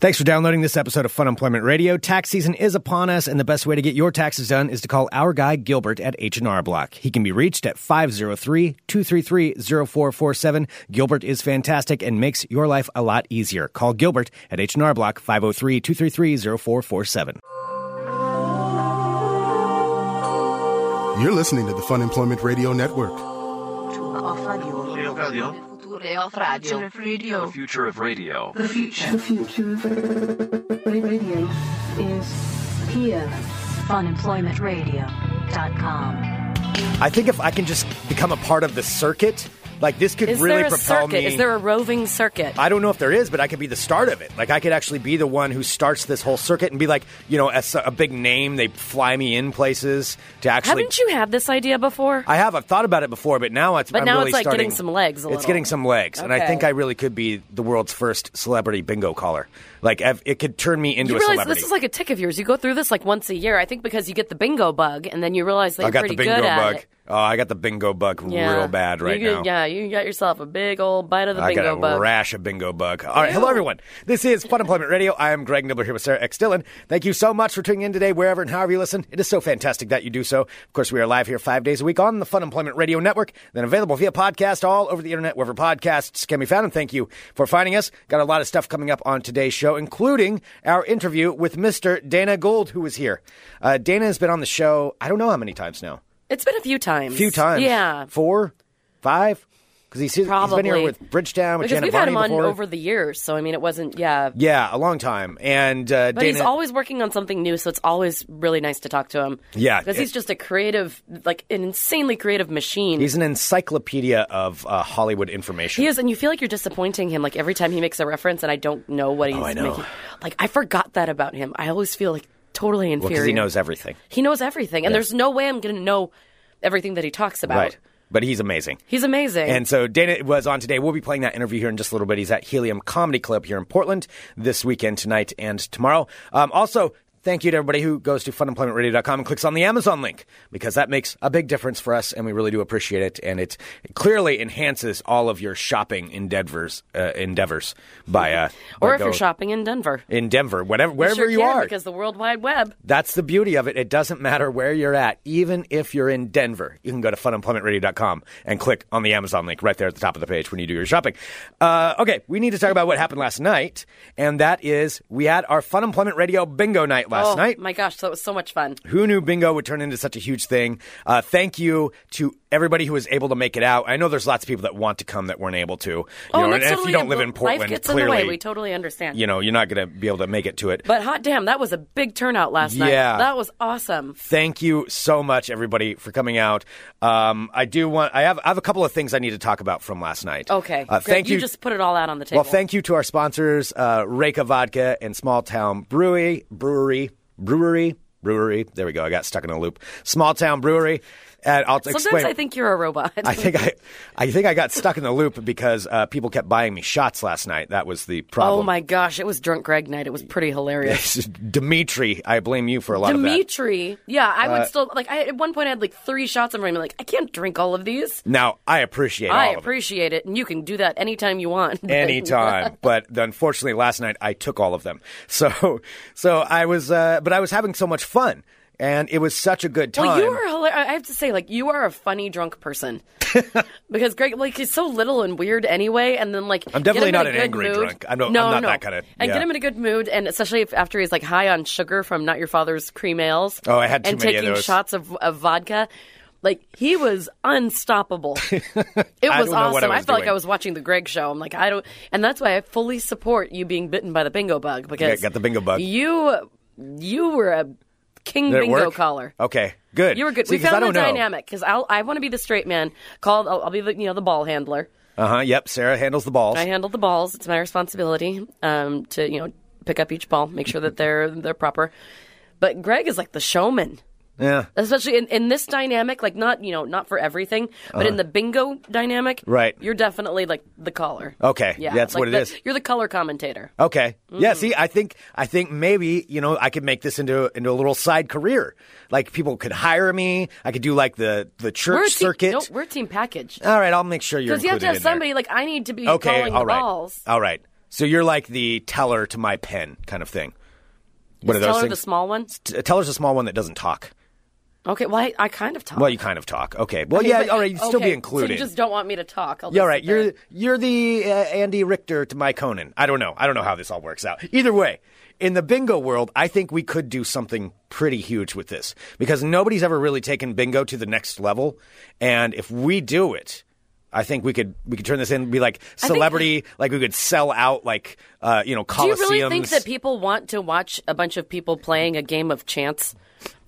Thanks for downloading this episode of Fun Employment Radio. Tax season is upon us, and the best way to get your taxes done is to call our guy Gilbert at H&R Block. He can be reached at 503-233-0447. Gilbert is fantastic and makes your life a lot easier. Call Gilbert at H&R Block 503-233-0447. You're listening to the Fun Employment Radio Network. Off radio. Future Future of of radio. radio. The future The future. of radio. The future of radio is here. FunemploymentRadio.com. I think if I can just become a part of the circuit, like this could Is really there a propel circuit? me. Is there a roving circuit? I don't know if there is, but I could be the start of it. Like I could actually be the one who starts this whole circuit and be like, you know, a, s- a big name. They fly me in places to actually. Haven't you had this idea before? I have. I've thought about it before, but now it's. But I'm now really it's, like, starting, getting some legs a it's little. getting some legs, and I Okay. think I really could be the world's first celebrity bingo caller. Like I've, it could turn me into you a realize celebrity. this is like a tick of yours. You go through this like once a year, I think, because you get the bingo bug, and then you realize that I you're got pretty the bingo good at bug. it. Oh, I got the bingo bug Yeah. real bad right you, now. Yeah, you got yourself a big old bite of the I bingo got a bug. rash of bingo bug. All right, hello everyone. This is Fun Employment Radio. I am Greg Nibbler here with Sarah X Dillon. Thank you so much for tuning in today, wherever and however you listen. It is so fantastic that you do so. Of course, we are live here five days a week on the Fun Employment Radio Network, then available via podcast all over the internet, wherever podcasts can be found. And thank you for finding us. Got a lot of stuff coming up on today's show, including our interview with Mr. Dana Gold, who is here. Uh, Dana has been on the show. I don't know how many times now. It's been a few times. A few times. Yeah. Four, five. Because he's, he's Probably. been here with Bridgetown, with because Janet we've had him Varney on before. over the years, so I mean, it wasn't. Yeah. Yeah, a long time. And uh, But Dana, he's always working on something new, so it's always really nice to talk to him. Yeah. because he's just a creative, like an insanely creative machine. he's an encyclopedia of uh, Hollywood information. He is, and you feel like you're disappointing him. Like every time he makes a reference, and I don't know what he's Oh, I know. making. Like I forgot that about him. I always feel like totally Well, inferior. 'cause he knows everything, He knows everything, and there's no way I'm going to know everything that he talks about. right? But he's amazing. He's amazing. And so Dana was on today. We'll be playing that interview here in just a little bit. He's at Helium Comedy Club here in Portland this weekend, tonight and tomorrow. Um, also, thank you to everybody who goes to funemploymentradio.com and clicks on the Amazon link because that makes a big difference for us, and we really do appreciate it. And it clearly enhances all of your shopping endeavors. Uh, endeavors by uh, or by if you're go- shopping in Denver, in Denver, whatever, wherever sure you can, are, because the World Wide Web. That's the beauty of it. It doesn't matter where you're at, even if you're in Denver. You can go to funemploymentradio.com and click on the Amazon link right there at the top of the page when you do your shopping. Uh, okay, we need to talk about what happened last night, and that is we had our Fun Employment Radio bingo night last oh night. my gosh, that was so much fun. Who knew bingo would turn into such a huge thing? Uh, thank you to everybody who was able to make it out. I know there's lots of people that want to come that weren't able to. You oh, know, that's and if totally you don't it. live in Life Portland, gets in clearly, the way. We totally understand. you know, you're not going to be able to make it to it. But hot damn, that was a big turnout last Yeah. night. That was awesome. thank you so much everybody for coming out um, i do want I have, I have a couple of things i need to talk about from last night Okay, uh, Greg, thank you, Just put it all out on the table. well thank you to our sponsors uh, reka vodka and small town brewery brewery brewery brewery there we go i got stuck in a loop small town brewery and i'll Sometimes explain I think you're a robot. I think I, I think I got stuck in the loop because uh, people kept buying me shots last night. That was the problem. Oh my gosh, it was drunk Greg night. It was pretty hilarious. Dimitri, I blame you for a lot of that. Uh, Dimitri, yeah, I would still like. I, at one point, I had like three shots of him. I'm like, I can't drink all of these. Now I appreciate. I all of it. appreciate it. and you can do that anytime you want. But- anytime. but unfortunately, last night I took all of them. So, so I was, uh, but I was having so much fun, and it was such a good time. Well, you are hilarious. I have to say, like, you are a funny drunk person because Greg, like, he's so little and weird anyway. And then, like, I'm definitely get not him in a an good angry mood. drunk. I'm no- I'm no, not no. that kinda- And yeah. get him in a good mood, and especially if after he's like high on sugar from not your father's cream ales. Oh, I had too and many of taking those. shots of, of vodka. Like he was unstoppable. It was I don't know awesome. what I was felt like doing. I was watching the Greg show. I'm like, I don't, and that's why I fully support you being bitten by the bingo bug because got the bingo bug. You, you were a king Did it bingo work? caller. Okay, good. You were good. See, we 'cause I found the don't know. dynamic because I I want to be the straight man. Called I'll, I'll be the you know the ball handler. Uh huh. Yep. Sarah handles the balls. I handle the balls. It's my responsibility um, to you know pick up each ball, make sure that they're they're proper. But Greg is like the showman, yeah. especially in, in this dynamic. Like not you know not for everything, but in the bingo dynamic, Uh-huh. Right. You're definitely like the caller. Okay, that's like what it the- is. You're the color commentator. Okay. Mm-hmm. Yeah. See, I think I think maybe you know I could make this into into a little side career. Like people could hire me. I could do like the the church we're a team, circuit. no, we're a team package All right, I'll make sure you're because you have included to have in there. somebody like I need to be Okay, calling all the right. balls. All right. So you're like the teller to my pen kind of thing. What Tell her the small one. T- teller's a small one that doesn't talk. Okay, well, I, I kind of talk. Well, you kind of talk. Okay. Well, Okay, Oh, yeah. but- all right. You'd still okay, be included. So you just don't want me to talk. I'll Yeah, just right. sit there. You're you're the uh, Andy Richter to my Conan. I don't know. I don't know how this all works out. Either way, in the bingo world, I think we could do something pretty huge with this because nobody's ever really taken bingo to the next level, and if we do it. I think we could we could turn this in and be like think- celebrity, like we could sell out like uh, you know Do coliseums. you really think that people want to watch a bunch of people playing a game of chance?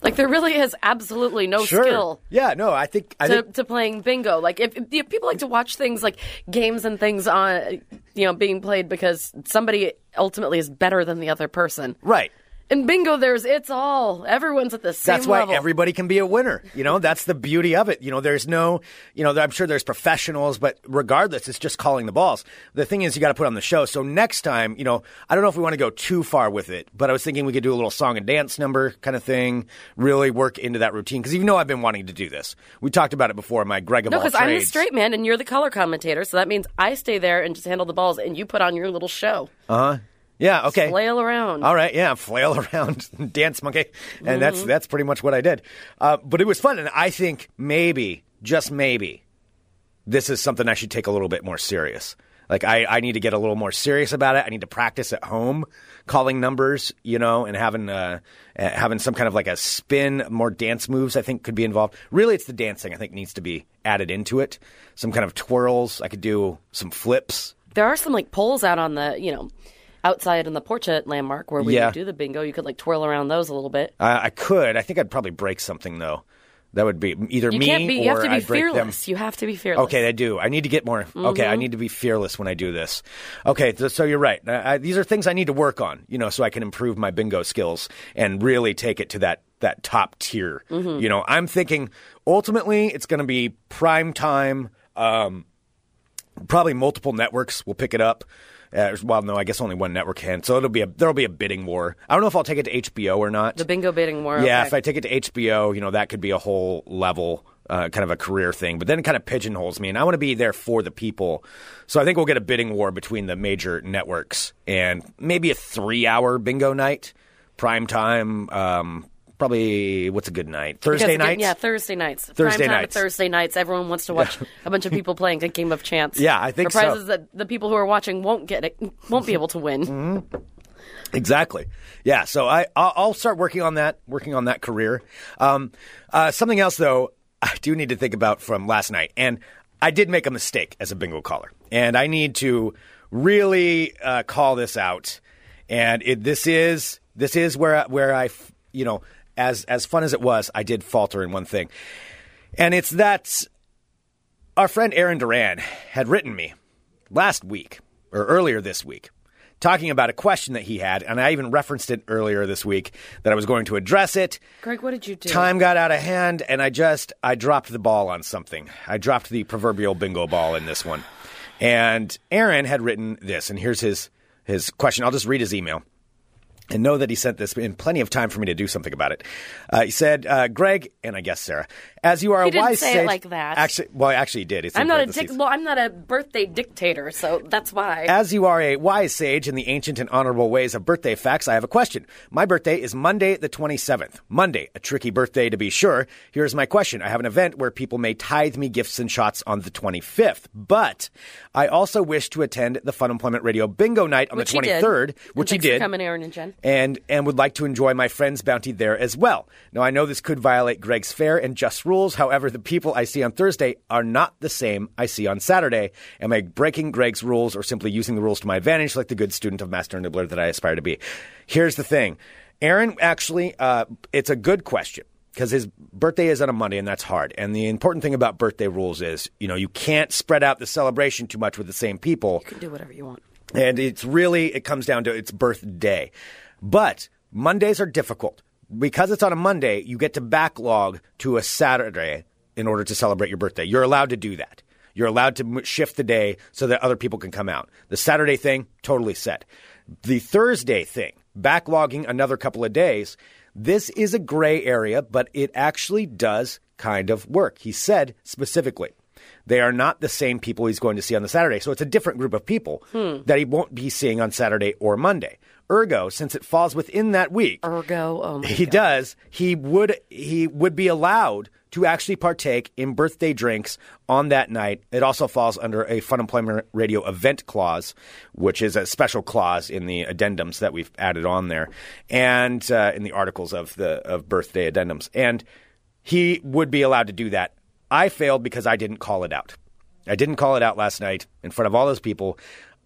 Like there really is absolutely no sure. skill. Yeah, no, I think I to, think to playing bingo. Like if, if- if people like to watch things like games and things on you know being played because somebody ultimately is better than the other person. right. In bingo, there's it's all everyone's at the same That's why level. everybody can be a winner. You know, that's the beauty of it. You know, there's no, you know, I'm sure there's professionals, but regardless, it's just calling the balls. The thing is, you got to put on the show. So next time, you know, I don't know if we want to go too far with it, but I was thinking we could do a little song and dance number kind of thing, really work into that routine. Because you know, I've been wanting to do this. We talked about it before, my Greg of no, all because I'm the trades. straight man and you're the color commentator, so that means I stay there and just handle the balls, and you put on your little show, Yeah, okay. flail around. All right, yeah, flail around, dance monkey, and that's that's pretty much what I did. Uh, but it was fun, and I think maybe, just maybe, this is something I should take a little bit more serious. Like I, I need to get a little more serious about it. I need to practice at home, calling numbers, you know, and having uh, uh, having some kind of like a spin, more dance moves. I think could be involved. Really, it's the dancing I think needs to be added into it. Some kind of twirls. I could do some flips. There are some like poles out on the you know outside in the porch at Landmark where we Yeah. would do the bingo. You could like twirl around those a little bit. Uh, I could. I think I'd probably break something though. That would be either You me can't be. or You have to be I'd break them. fearless. Mm-hmm. You have to be fearless. Okay, I do. I need to get more. Okay, I need to be fearless when I do this. Okay, th- so you're right. I, I, these are things I need to work on, you know, so I can improve my bingo skills and really take it to that that top tier. Mm-hmm. You know, I'm thinking ultimately it's going to be prime time. Um, probably multiple networks will pick it up. Uh, well, no, I guess only one network can. So it'll be a there'll be a bidding war. I don't know if I'll take it to HBO or not. The bingo bidding war. Yeah, okay. if I take it to HBO, you know, that could be a whole level, uh, kind of a career thing. But then it kind of pigeonholes me, and I want to be there for the people. So I think we'll get a bidding war between the major networks and maybe a three hour bingo night, prime time. Um, probably, what's a good night? Because Thursday again, nights? Yeah, Thursday nights. Thursday Prime time nights. Thursday nights. Everyone wants to watch a bunch of people playing a game of chance. Yeah, I think for prizes so. that the people who are watching won't get it, won't be able to win. Mm-hmm. Exactly. Yeah. So I I'll, I'll start working on that, working on that career. Um, uh, something else though, I do need to think about from last night, and I did make a mistake as a bingo caller, and I need to really uh, call this out. And it, this is this is where I, where I f- you know as as fun as it was, I did falter in one thing, and it's that our friend Aaron Duran had written me last week or earlier this week talking about a question that he had, and I even referenced it earlier this week that I was going to address it. Greg, what did you do? Time got out of hand, and I just I dropped the ball on something. I dropped the proverbial bingo ball in this one. And Aaron had written this, and here's his his question. I'll just read his email and know that he sent this in plenty of time for me to do something about it. Uh, he said, uh, "Greg, and I guess Sarah, as you are He a didn't wise say it sage- like that. Actually, well, actually, he did. It's in I'm not a parentheses. dic- well, I'm not a birthday dictator, so that's why. As you are a wise sage in the ancient and honorable ways of birthday facts, I have a question. My birthday is Monday, the 27th. Monday, a tricky birthday to be sure. Here's my question I have an event where people may tithe me gifts and shots on the 25th, but I also wish to attend the Fun Employment Radio Bingo Night on which the he did. 23rd, And which he thanks for did coming, Aaron and Jen. and and would like to enjoy my friend's bounty there as well. Now I know this could violate Greg's fair and just rules. However, the people I see on Thursday are not the same I see on Saturday. Am I breaking Greg's rules or simply using the rules to my advantage, like the good student of Master Nibbler that I aspire to be? Here's the thing, Aaron. Actually, uh, it's a good question because his birthday is on a Monday and that's hard. And the important thing about birthday rules is, you know, you can't spread out the celebration too much with the same people. You can do whatever you want. And it's really, it comes down to its birthday. But Mondays are difficult. Because it's on a Monday, you get to backlog to a Saturday in order to celebrate your birthday. You're allowed to do that. You're allowed to m- shift the day so that other people can come out. The Saturday thing, totally set. The Thursday thing, backlogging another couple of days, this is a gray area, but it actually does kind of work. He said specifically. they are not the same people he's going to see on the Saturday. So it's a different group of people that he won't be seeing on Saturday or Monday. Ergo, since it falls within that week, Ergo, oh my he God. does. He would he would be allowed to actually partake in birthday drinks on that night. It also falls under a Fun Employment Radio event clause, which is a special clause in the addendums that we've added on there, and uh, in the articles of the of birthday addendums. And he would be allowed to do that. I failed because I didn't call it out. I didn't call it out last night in front of all those people.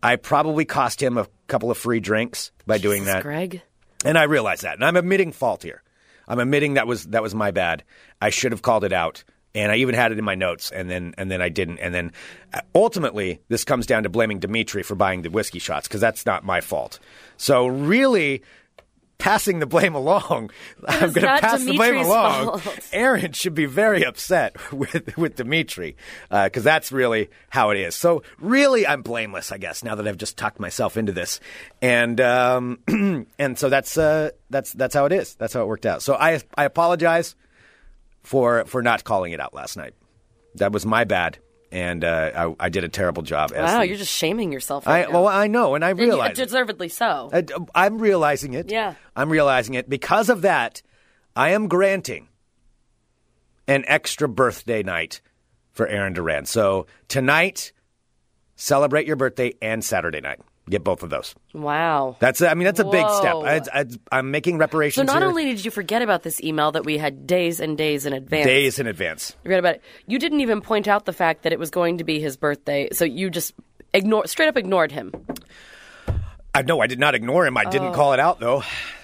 I probably cost him a couple of free drinks by doing that. Greg. And I realize that, and I'm admitting fault here. I'm admitting that was that was my bad. I should have called it out, and I even had it in my notes, and then and then I didn't, and then uh, ultimately this comes down to blaming Dimitri for buying the whiskey shots because that's not my fault. So really. Passing the blame along, I'm is going to not pass the blame Dimitri's along. fault. Aaron should be very upset with with Dimitri because that's really how it is. So really, I'm blameless, I guess. Now that I've just tucked myself into this, and um, and so that's uh, that's that's how it is. That's how it worked out. So I I apologize for for not calling it out last night. That was my bad, and uh, I, I did a terrible job. As Wow, the- you're just shaming yourself. I Right now. well, I know, and I And you- realize it. deservedly so. I, Uh, I'm realizing it. Yeah. I'm realizing it. Because of that, I am granting an extra birthday night for Aaron Duran. So tonight, celebrate your birthday and Saturday night. Get both of those. wow. That's I mean that's a big step. Whoa. I, I, I'm making So reparations. not here only did you forget about this email that we had days and days in advance, days in advance. you forget about it. You didn't even point out the fact that it was going to be his birthday, so you just ignore straight up ignored him. I know I did not ignore him. I Oh. didn't call it out though.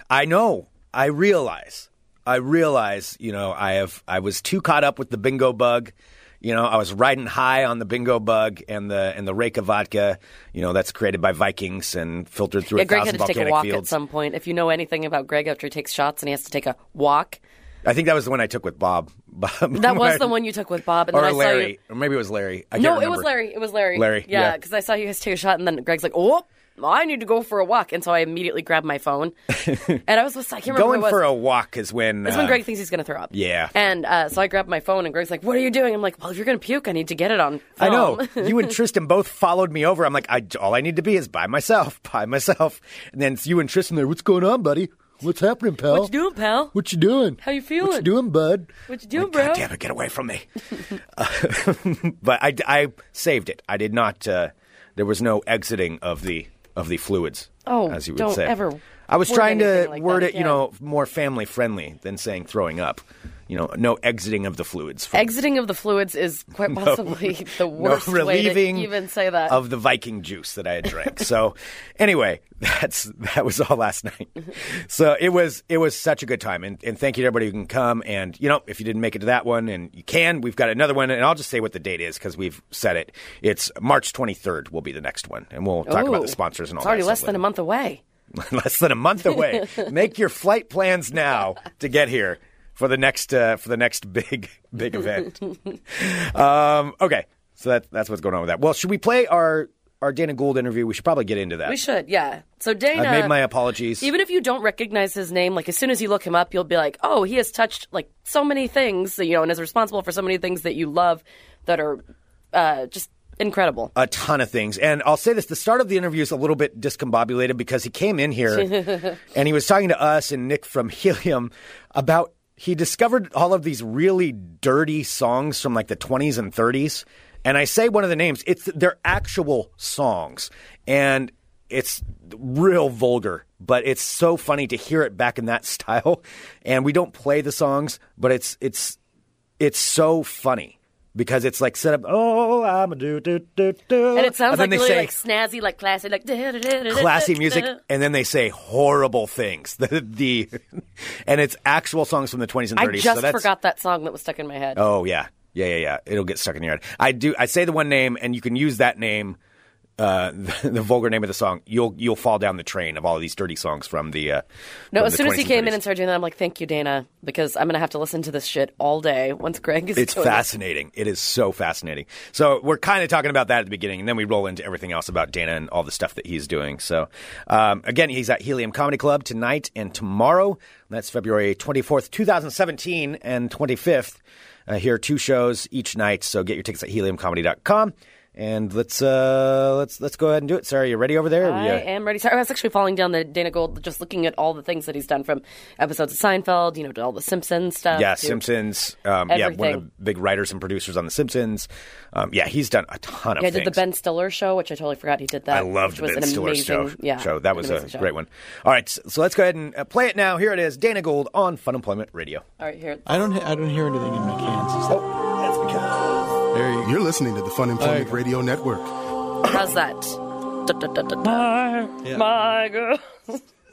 I know. I realize. I realize, you know, I have I was too caught up with the bingo bug. You know, I was riding high on the bingo bug and the and the Reka vodka, you know, that's created by Vikings and filtered through Yeah, a Greg had thousand to take a volcanic walk fields. at some point. If you know anything about Greg after he takes shots and he has to take a walk, I think that was the one I took with Bob. Bob that was the one you took with Bob. And or then I Larry, saw you. or maybe it was Larry. I No, can't it was remember. Larry. It was Larry. Larry, Yeah, yeah. because I saw you guys take a shot, and then Greg's like, "Oh, I need to go for a walk," and so I immediately grabbed my phone, and I was I can't remember Going who it was. for a walk is when That's when uh, Greg thinks he's going to throw up. yeah. And uh, so I grabbed my phone, and Greg's like, "What are you doing?" I'm like, "Well, if you're going to puke, I need to get it on." I Film. know. You and Tristan both followed me over. I'm like, I, all I need to be is by myself, by myself. And then it's you and Tristan there. What's going on, buddy? What's happening, pal? what you doing, pal? What you doing? How you What you feeling? doing, bud? What you Like, doing, God bro? damn it, get away from me. Uh, but I, I saved it. I did not, uh, there was no exiting of the of the fluids, Oh, as you would don't say. ever I was word trying to anything like word that it, you again. know, more family friendly than saying throwing up. You know, no exiting of the fluids. from- Exiting of the fluids is quite possibly the worst no way relieving to even say that. of the Viking juice that I had drank. so anyway, that's that was all last night. so it was it was such a good time, and, and thank you to everybody who can come. And you know, if you didn't make it to that one, and you can, we've got another one, and I'll just say what the date is because we've said it. It's March 23rd will be the next one, and we'll talk about Ooh. the sponsors and all. It's already that less stuff than a month away. less than a month away. Make your flight plans now to get here for the next uh, for the next big big event. um, okay, so that, that's what's going on with that. Well, should we play our our Dana Gould interview? We should probably get into that. We should, yeah. So Dana, I made my apologies. even if you don't recognize his name, like as soon as you look him up, you'll be like, oh, he has touched like so many things, you know, and is responsible for so many things that you love that are uh, just incredible. a ton of things. And I'll say this the start of the interview is a little bit discombobulated because he came in here and he was talking to us and Nick from Helium about he discovered all of these really dirty songs from like the 20s and 30s. And I say one of the names, it's they're actual songs. And it's real vulgar, but it's so funny to hear it back in that style. And we don't play the songs, but it's it's it's so funny because it's like set up. Oh, I'm a do do do do, and it sounds then like they really say like snazzy, like classy, like classy music, and then they say horrible things. The, the and it's actual songs from the 20s and 30s. I so just that's- forgot that song that was stuck in my head. Oh yeah, yeah, yeah, yeah. It'll get stuck in your head. I do. I say the one name, and you can use that name uh, the, vulgar name of the song, you'll you'll fall down the train of all these dirty songs from the. Uh, No, from as the soon as he 20s came in 30s. and started doing that, I'm like, thank you, Dana, because I'm going to have to listen to this shit all day once Greg is It's doing fascinating. It is so fascinating. So we're kind of talking about that at the beginning, and then we roll into everything else about Dana and all the stuff that he's doing. So um, again, he's at Helium Comedy Club tonight and tomorrow. That's February 24th, 2017, and 25th. Uh, here are two shows each night. So get your tickets at heliumcomedy.com. And let's uh, let's let's go ahead and do it. Sarah, you ready over there? It. I Yeah. am ready. Sorry, I was actually falling down the Dana Gold, just looking at all the things that he's done from episodes of Seinfeld, you know, to all the Simpsons stuff. Yeah, to- Simpsons. Um, yeah, one of Everything. the big writers and producers on The Simpsons. Um, yeah, he's done a ton of Yeah, I things. did the Ben Stiller show, which I totally forgot he did that. I loved which was Ben an Stiller's amazing, show. Yeah, show. That was an a amazing show. great one. All right, so, so let's go ahead and uh, play it now. Here it is, Dana Gold on Fun Employment Radio. All right, here. I don't. he- I don't hear anything in my cans. Is that- That's because There you go. You're listening to the Fun Employment Alright. Radio Network. How's that? Da, da, da, da, da. Yeah. My girl.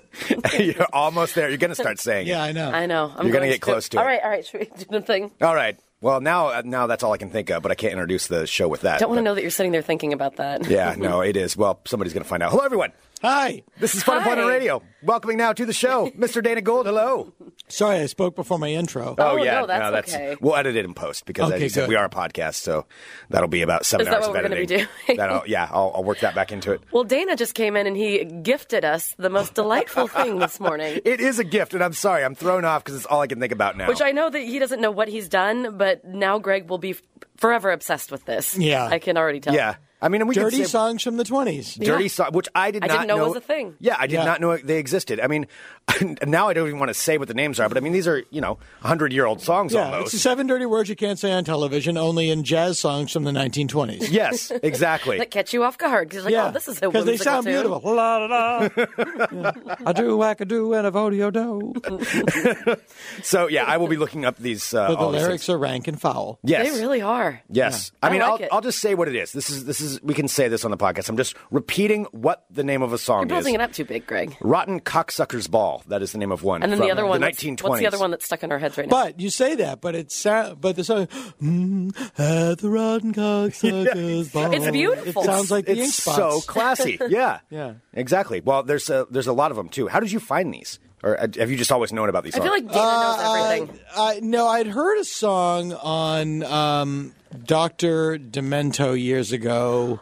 you're almost there. You're going to start saying. Yeah, It. I know. I know. I'm You're gonna going get close to it. All right, all right. Should we do the thing? All right. Well, now uh, now that's all I can think of, but I can't introduce the show with that. Don't want but- to know that you're sitting there thinking about that. Yeah, no, it is. Well, somebody's going to find out. Hello, everyone. Hi. This is Fun Hi. Employment Radio. Welcoming now to the show, Mr. Dana Gold. Hello. Sorry, I spoke before my intro. Uh, Oh, no, that's okay. We'll edit it in post because as Okay, you said, good. we are a podcast, so that'll be about seven Is that hours of what we're gonna editing. be doing? That'll- yeah, I'll, I'll work that back into it. Well, Dana just came in and he gifted us the most delightful thing this morning. It is a gift, and I'm sorry, I'm thrown off because it's all I can think about now. Which I know that he doesn't know what he's done, but now Greg will be f- forever obsessed with this. Yeah. I can already tell. yeah, I mean, and we Dirty could say, songs from the twenties. dirty Yeah. song, which I did I not didn't know it was a thing. Yeah, I did Yeah. not know they existed. I mean, now I don't even want to say what the names are, but I mean, these are you know, hundred year old songs Yeah, it's almost. the seven dirty words you can't say on television, only in jazz songs from the 1920s. yes, exactly. That catch you off guard because like, oh, this is a because they whimsical sound tune. beautiful. La, la, la. Yeah. I do wackadoo and a vodio do. so yeah, I will be looking up these. Uh, But the all these things. lyrics are rank and foul. Yes. They really are. Yes, I I mean, like will it. I'll just say what it is. This is this is we can say this on the podcast. I'm just repeating what the name of a song You're building is. it up too big, Greg. Rotten cocksucker's ball. That is the name of one. And then from the other one. the what's- 1920s. What's the other one that's stuck in our heads right now? But you say that, but it's sound, but the song mm, at the rotten cocksucker's ball. It's beautiful. It sounds like the ink It's so spots. classy. Yeah. Yeah. Exactly. Well, there's a, there's a lot of them too. How did you find these? Or uh, have you just always known about these I songs? feel like Dana uh, knows everything. I, no, I'd heard a song on um, Doctor Demento years ago,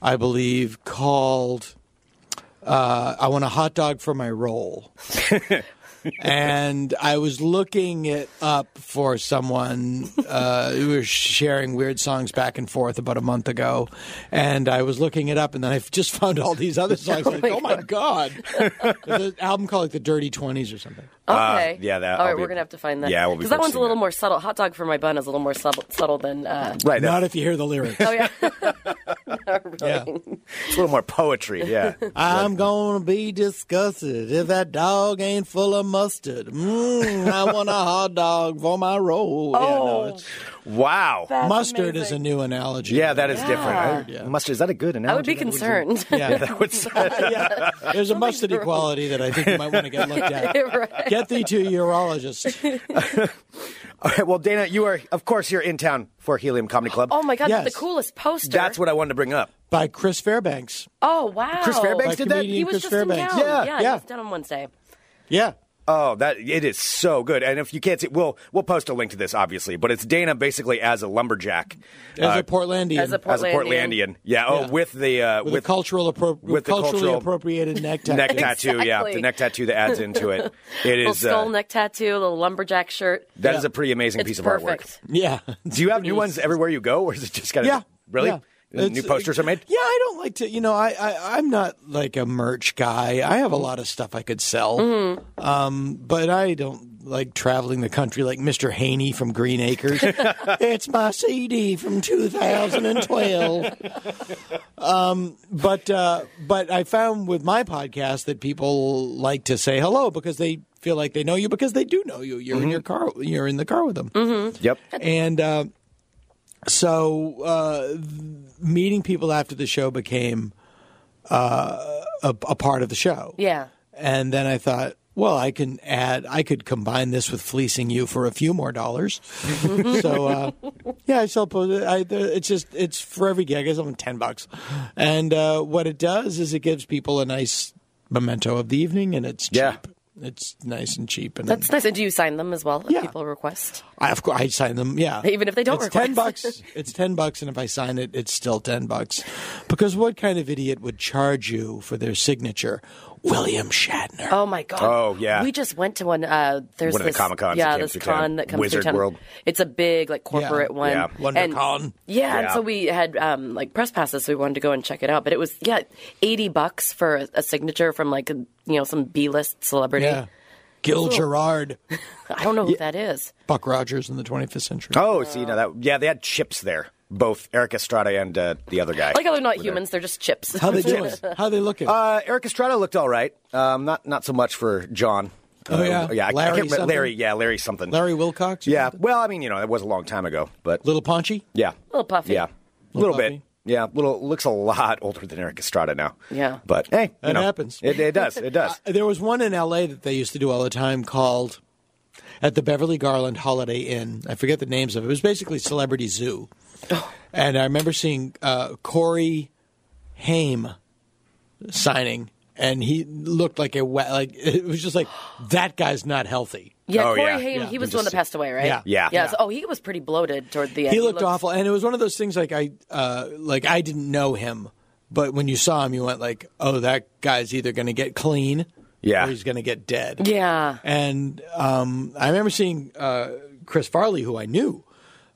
I believe, called uh, "I Want a Hot Dog for My Roll," and I was looking it up for someone uh, who was sharing weird songs back and forth about a month ago, and I was looking it up, and then I just found all these other songs. like, oh my god! There's an album called like the Dirty Twenties or something. Okay. Uh, yeah, that- All I'll right, be- we're gonna have to find that. Yeah, we'll be because that one's a posting little that. more subtle. Hot dog for my bun is a little more subtle, subtle than. Uh, right. Not Not if you hear the lyrics. oh yeah. Not really. Yeah. it's a little more poetry. Yeah. I'm gonna be disgusted if that dog ain't full of mustard. Mmm, I want a hot dog for my roll. Yeah, Oh, no, it's- wow. mustard is a new analogy. yeah, that is different. I- Yeah. Mustard. Is that a good analogy? I would be That was- concerned. Yeah. That would Yeah. There's a mustard wrong. equality that I think you might want to get looked at. Right. Get thee to a urologist. All right. Well, Dana, you are of course you're in town for Helium Comedy Club. Oh my god, Yes. the coolest poster. That's what I wanted to bring up. By Chris Fairbanks. Oh wow. Chris Fairbanks By did that? comedian He was Chris just Fairbanks. in town. Yeah, Yeah, yeah. He was down on Wednesday. Yeah. Oh, that it is so good. And if you can't see, we'll we'll post a link to this, obviously. But it's Dana basically as a lumberjack, As Uh, a Portlandian. as a Port- as a Portlandian. Portlandian. Yeah. Oh, Yeah. with the uh, with, a cultural appro- with the culturally cultural- appropriated neck tattoo. neck tattoo. Yeah, Exactly. the neck tattoo that adds into it. It Little is uh, skull neck tattoo, little lumberjack shirt. that is a pretty amazing it's piece of perfect. Yeah. artwork. Do you have new ones everywhere you go, or is it just kind of Yeah. really yeah. new It's- posters are made? Yeah, I don't like to. You know, I, I I'm not like a merch guy. I have a lot of stuff I could sell, um, but I don't like traveling the country like Mr. Haney from Green Acres. it's my CD from 2012. But uh, but I found with my podcast that people like to say hello because they feel like they know you because they do know you. You're in your car. You're in the car with them. Yep. And uh, so uh, th- meeting people after the show became uh, a, a part of the show. Yeah. And then I thought, well, I can add, I could combine this with fleecing you for a few more dollars. so, uh, yeah, I sell post. I, it's just, it's for every gig. I sell them 10 bucks. And uh, what it does is it gives people a nice memento of the evening and it's cheap. Yeah. It's nice and cheap. And That's nice. And do you sign them as well if Yeah. people request? I, of course, I sign them. Yeah, Even if they don't It's request. ten bucks. It's ten bucks, and if I sign it, it's still ten bucks. Because what kind of idiot would charge you for their signature, William Shatner? Oh my god! Oh, yeah. We just went to one. Uh, there's One of the this, Comic-Cons that Yeah, came this through town. con that comes Wizard through town. World. It's a big like corporate one. yeah. Oh. And- WonderCon. Yeah, and Yeah. so we had um, like press passes, so we wanted to go and check it out. But it was yeah, eighty bucks for a, a signature from like a, you know some B list celebrity. yeah, Gil Gerard, I don't know who that is. Buck Rogers in the 25th century. Oh, see, now that yeah, they had chips there. Both Eric Estrada and uh, the other guy. Like how they're not humans; they're just chips. How they doing? How they looking? Uh, Eric Estrada looked all right. Um, not not so much for John. Oh, Uh, yeah. yeah. I- I Larry can't remember- something? Larry, yeah, Larry something. Larry Wilcox. Yeah. Well, I mean, you know, it was a long time ago, but Little Paunchy. yeah, Little puffy. yeah, a Little little puffy. bit. Yeah, little looks a lot older than Eric Estrada now. Yeah. but hey, you That know, happens. It, it does. It does. There was one in L.A. that they used to do all the time called at the Beverly Garland Holiday Inn. I forget the names of it. It was basically Celebrity Zoo, Oh. and I remember seeing uh, Corey Haim signing, and he looked like a wa- like it was just like that guy's not healthy. Yeah, Oh, Corey yeah. Haim, Yeah. he was the one that passed away, right? Yeah. Yeah. so- oh, he was pretty bloated toward the end. he looked looked- awful, and it was one of those things like I uh, like I didn't know him, but when you saw him, you went like, oh, that guy's either going to get clean, Yeah. or he's going to get dead. Yeah. And um, I remember seeing uh, Chris Farley, who I knew,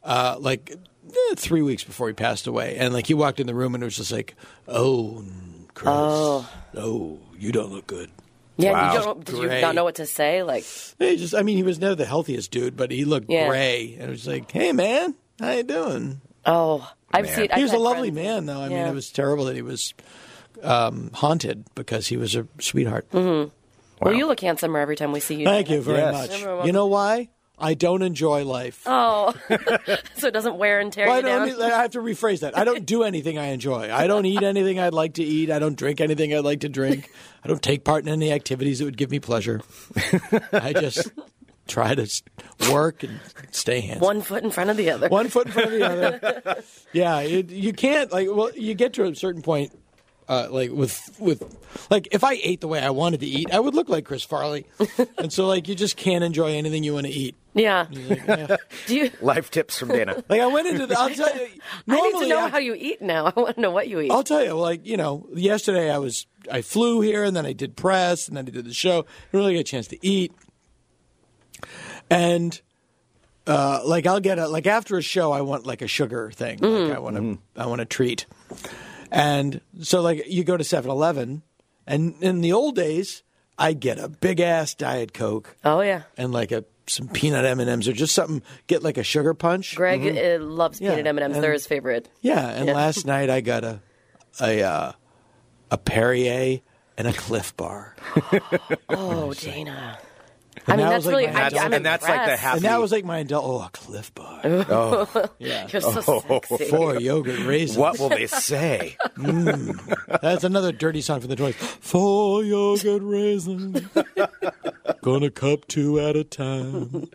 uh, like eh, three weeks before he passed away. And like he walked in the room and it was just like, oh, Chris, oh, you don't look good. Yeah, Wow. you don't, did you Great. not know what to say? Like, He just, I mean, he was never the healthiest dude, but he looked Yeah. gray. And it was like, hey, man, how you doing? oh, I've seen. I've He was a had lovely friends- man, though. I Yeah. mean, it was terrible that he was um, haunted because he was a sweetheart. Mm-hmm. Well, you look handsomer every time we see you. Thank you very Yes. much. You know why? I don't enjoy life. Oh, so it doesn't wear and tear Well, I, you don't, down. I, mean, I have to rephrase that. I don't do anything I enjoy. I don't eat anything I'd like to eat. I don't drink anything I'd like to drink. I don't take part in any activities that would give me pleasure. I just try to s- work and stay handsome. One foot in front of the other. One foot in front of the other. Yeah, it, you can't like. Well, you get to a certain point, uh, like with with like if I ate the way I wanted to eat, I would look like Chris Farley, and so like you just can't enjoy anything you want to eat. Yeah. Like, eh. Do you? Life tips from Dana. Like I went into the. I'll tell you, normally I need to know I- how you eat now. I want to know what you eat. I'll tell you, like you know, yesterday I was I flew here and then I did press and then I did the show. I really got a chance to eat, and uh, like I'll get a like after a show I want like a sugar thing. Like I want to I want a treat, and so like you go to 7-Eleven, and in the old days I'd get a big ass diet coke oh yeah. and like a some peanut M and M's or just something. Get like a sugar punch. Greg uh, loves Yeah, peanut M and M's. and- They're his favorite. Yeah, and last night I got a a uh, a Perrier and a Cliff Bar, Oh, Dana. I mean, that that's was like really. my- I, That's- I'm and that's like the impressed. half- and that was like my adult. Oh, a Cliff Bar, You're so sexy. four yogurt raisins. what will they say? That's another dirty song from the Toys. Four yogurt raisins, gonna cup two at a time.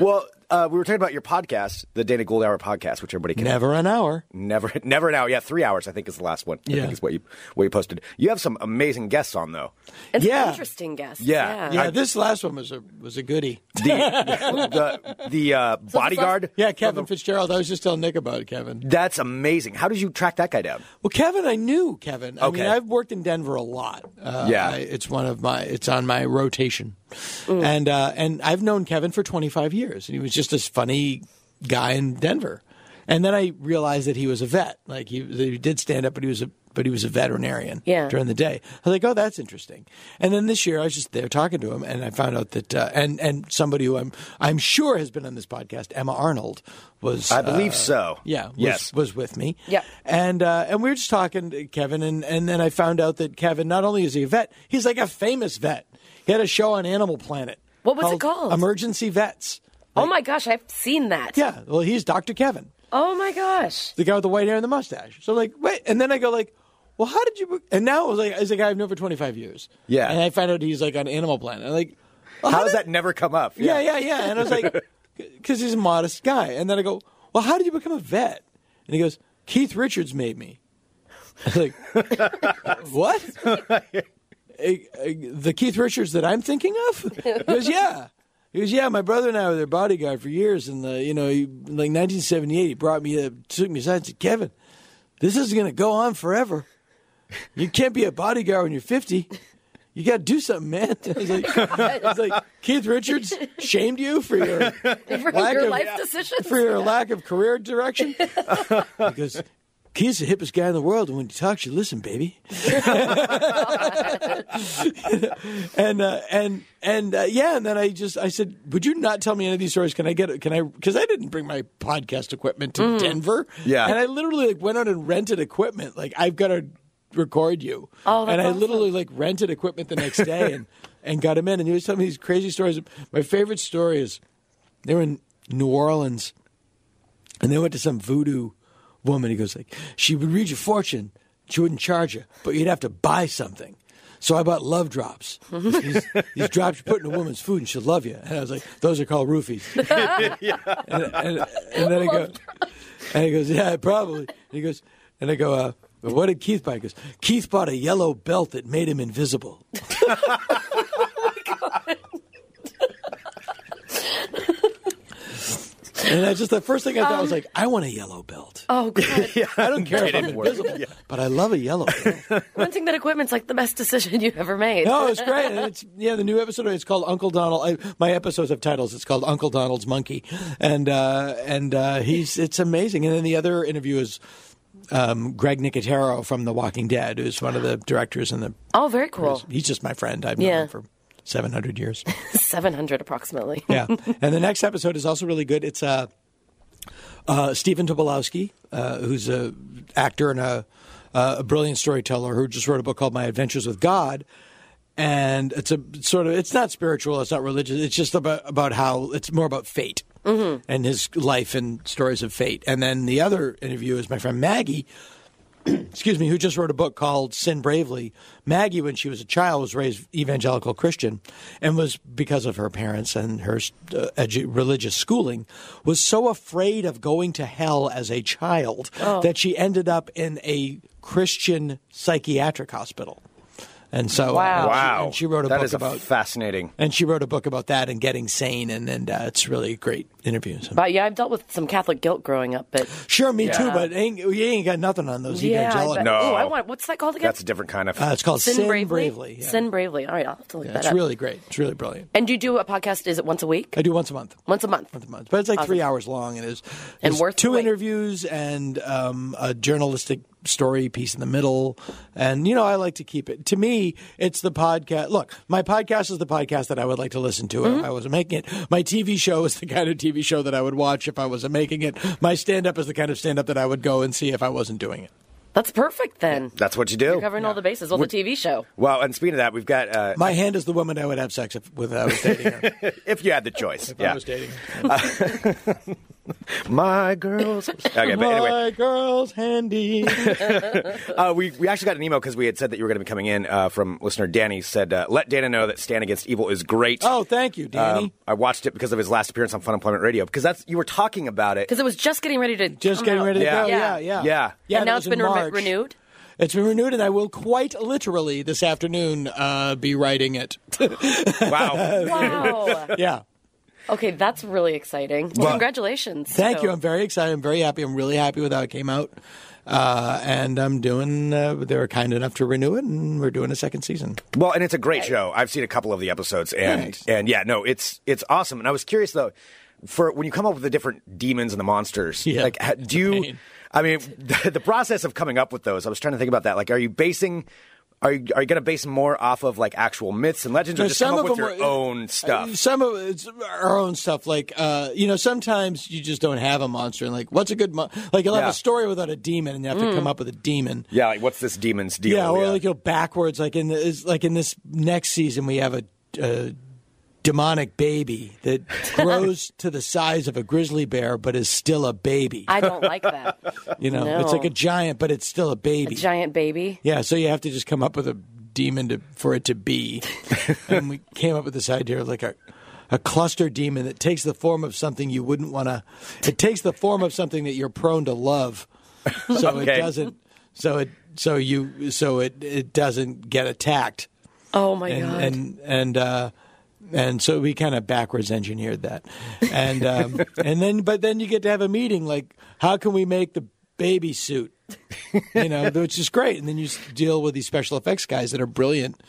well, uh, we were talking about your podcast, the Dana Gould Hour podcast, which everybody can Never an hour. Never, never an hour. Yeah, three hours. I think is the last one. I Yeah. think is what you what you posted. You have some amazing guests on though. It's Yeah. an interesting guest. Yeah. Yeah, this last one was a was a goodie. The the, the uh, bodyguard. Yeah, Kevin Fitzgerald. I was just telling Nick about it, Kevin. That's amazing. How did you track that guy down? Well, Kevin, I knew Kevin. I Okay. mean, I've worked in Denver a lot. Uh, Yeah. I- it's one of my. It's on my rotation, and uh, and I've known Kevin for 25 years, and he was just this funny guy in Denver. And then I realized that he was a vet. Like he, he did stand up, but he was a but he was a veterinarian Yeah. during the day. I was like, oh, that's interesting. And then this year, I was just there talking to him, and I found out that uh, and and somebody who I'm I'm sure has been on this podcast, Emma Arnold, was I believe uh, so. yeah, was, Oh. Yes. was with me. Yeah. and uh, and we were just talking, to Kevin, and and then I found out that Kevin not only is he a vet, he's like a famous vet. He had a show on Animal Planet. What was it called? Emergency Vets. Oh my gosh, I've seen that. Yeah, well, he's Doctor Kevin, Oh my gosh. the guy with the white hair and the mustache. So I'm like, wait, and then I go like, well, how did you? book- And now it was like, it's a guy I've known for 25 years. Yeah. And I found out he's like on Animal Planet. I'm like, well, How does did- that never come up? Yeah, yeah, yeah. And I was like, because he's a modest guy. And then I go, well, how did you become a vet? And he goes, Keith Richards made me. I was like, what? Eh, eh, the Keith Richards that I'm thinking of? He goes, yeah. He goes, yeah. My brother and I were their bodyguard for years, and the, you know, he, in like 1978, he brought me, up, took me aside, and said, Kevin, this is going to go on forever. You can't be a bodyguard when you're 50. You got to do something, man. I was, like, I was like, Keith Richards shamed you for your, For lack your of- life decisions. for your lack of career direction. Because Keith's the hippest guy in the world, and when he talks, you listen, baby. and uh, and and uh, yeah, and then I just I said, "Would you not tell me any of these stories? Can I get it? Can I? Because I didn't bring my podcast equipment to Denver. Yeah. and I literally like went out and rented equipment. Like I've got to record you. Oh, that's and I awesome. literally like rented equipment the next day and and got him in. And he was telling me these crazy stories. My favorite story is they were in New Orleans, and they went to some voodoo woman. He goes like, she would read your fortune. She wouldn't charge you, but you'd have to buy something. So I bought love drops. these, these drops you put in a woman's food, and she'll love you. And I was like, those are called roofies. and, and, and then I go, and he goes, yeah, probably. And he goes, and I go, uh, what did Keith buy? He goes, Keith bought a yellow belt that made him invisible. and that's just the first thing I thought I was like, I want a yellow belt. oh, God. I don't care if I'm invisible, but I love a yellow belt. Renting that equipment's like the best decision you ever made. No, it's great. And it's yeah, the new episode. It's called Uncle Donald. I, my episodes have titles. It's called Uncle Donald's Monkey, and uh, and uh, he's it's amazing. And then the other interview is um, Greg Nicotero from The Walking Dead, who's one of the directors and the. Oh, very cool. He's just my friend. I've known Yeah. him for seven hundred years. 700 approximately. yeah, and the next episode is also really good. It's uh, uh, Stephen Tobolowsky, uh, who's a actor and a uh, a brilliant storyteller who just wrote a book called My Adventures with God. And it's a it's sort of it's not spiritual, it's not religious. It's just about about how it's more about fate and his life and stories of fate. And then the other interview is my friend Maggie, excuse me, who just wrote a book called Sin Bravely. Maggie, when she was a child, was raised evangelical Christian and was, because of her parents and her uh, edu- religious schooling, was so afraid of going to hell as a child Oh. that she ended up in a Christian psychiatric hospital. And so, Wow. and she- Wow. and she wrote a That book is about, fascinating. and she wrote a book about that and getting sane, and and uh, it's really a great interview. So. But yeah, I've dealt with some Catholic guilt growing up, but Sure, me too, but ain't, you ain't got nothing on those yeah, I evangelical. bet. No. Ooh, I want, what's that called again? That's a different kind of. Uh, it's called Sin, Bravely. yeah. Sin Bravely. All right, I'll have to look Yeah, that it's up. really great. It's really brilliant. and you do a podcast, is it once a week? I do once a month. Once a month. Once a month. But it's like three hours long and is And is worth the two wait. interviews and um, a journalistic story piece in the middle. And you know, I like to keep it. To me, it's the podcast. Look, my podcast is the podcast that I would like to listen to Mm-hmm. if I wasn't making it. My TV show is the kind of TV show that I would watch if I wasn't making it. My stand up is the kind of stand up that I would go and see if I wasn't doing it. That's perfect then. that's what you do. You're covering all the bases. Well, the TV show. Well, and speaking of that, we've got uh, My hand is the woman I would have sex if, with if I was dating her. if if you had the choice. yeah. I was dating her. My girls. Okay, but anyway, My girl's handy. Uh, we, we actually got an email because we had said that you were going to be coming in uh, from listener Danny said, uh, let Dana know that Stand Against Evil is great. oh, thank you, Danny. Um, I watched it because of his last appearance on Fun Employment Radio because that's you were talking about it. Because it was just getting ready to Just come getting out. ready to Yeah. go. Yeah. Yeah, yeah, Yeah. and that now was it's been in re- March. renewed. It's been renewed, and I will quite literally this afternoon uh, be writing it. wow. Wow. yeah. okay, that's really exciting. Well, Well, congratulations. Thank So- you. I'm very excited. I'm very happy. I'm really happy with how it came out. Uh, and I'm doing, uh, they were kind enough to renew it, and we're doing a second season. Well, and it's a great show. I've seen a couple of the episodes, and Nice. and yeah, no, it's it's awesome. And I was curious though, for when you come up with the different demons and the monsters, Yeah, like ha- do you? pain. I mean, the, the process of coming up with those. I was trying to think about that. Like, are you basing? Are you, are you going to base more off of like actual myths and legends, or No, just come up with your were- own stuff? uh, Some of it's our own stuff. Like uh, you know, sometimes you just don't have a monster, and like, what's a good mon- like? You'll Yeah. have a story without a demon, and you have to Mm. come up with a demon. Yeah, like what's this demon's deal? Yeah, or like go backwards. Like in the, is- like in this next season, we have a, uh demonic baby that grows to the size of a grizzly bear but is still a baby. I don't like that. you know, no. it's like a giant, but it's still a baby. Giant baby. Yeah, so you have to just come up with a demon to, for it to be. and we came up with this idea of like a, a cluster demon that takes the form of something you wouldn't want to. It takes the form of something that you're prone to love, so Okay. it doesn't. So it so you so it it doesn't get attacked. Oh my And god. and and uh, and so we kind of backwards engineered that, and um, and then but then you get to have a meeting like how can we make the baby suit you know, which is great. And then you s- deal with these special effects guys that are brilliant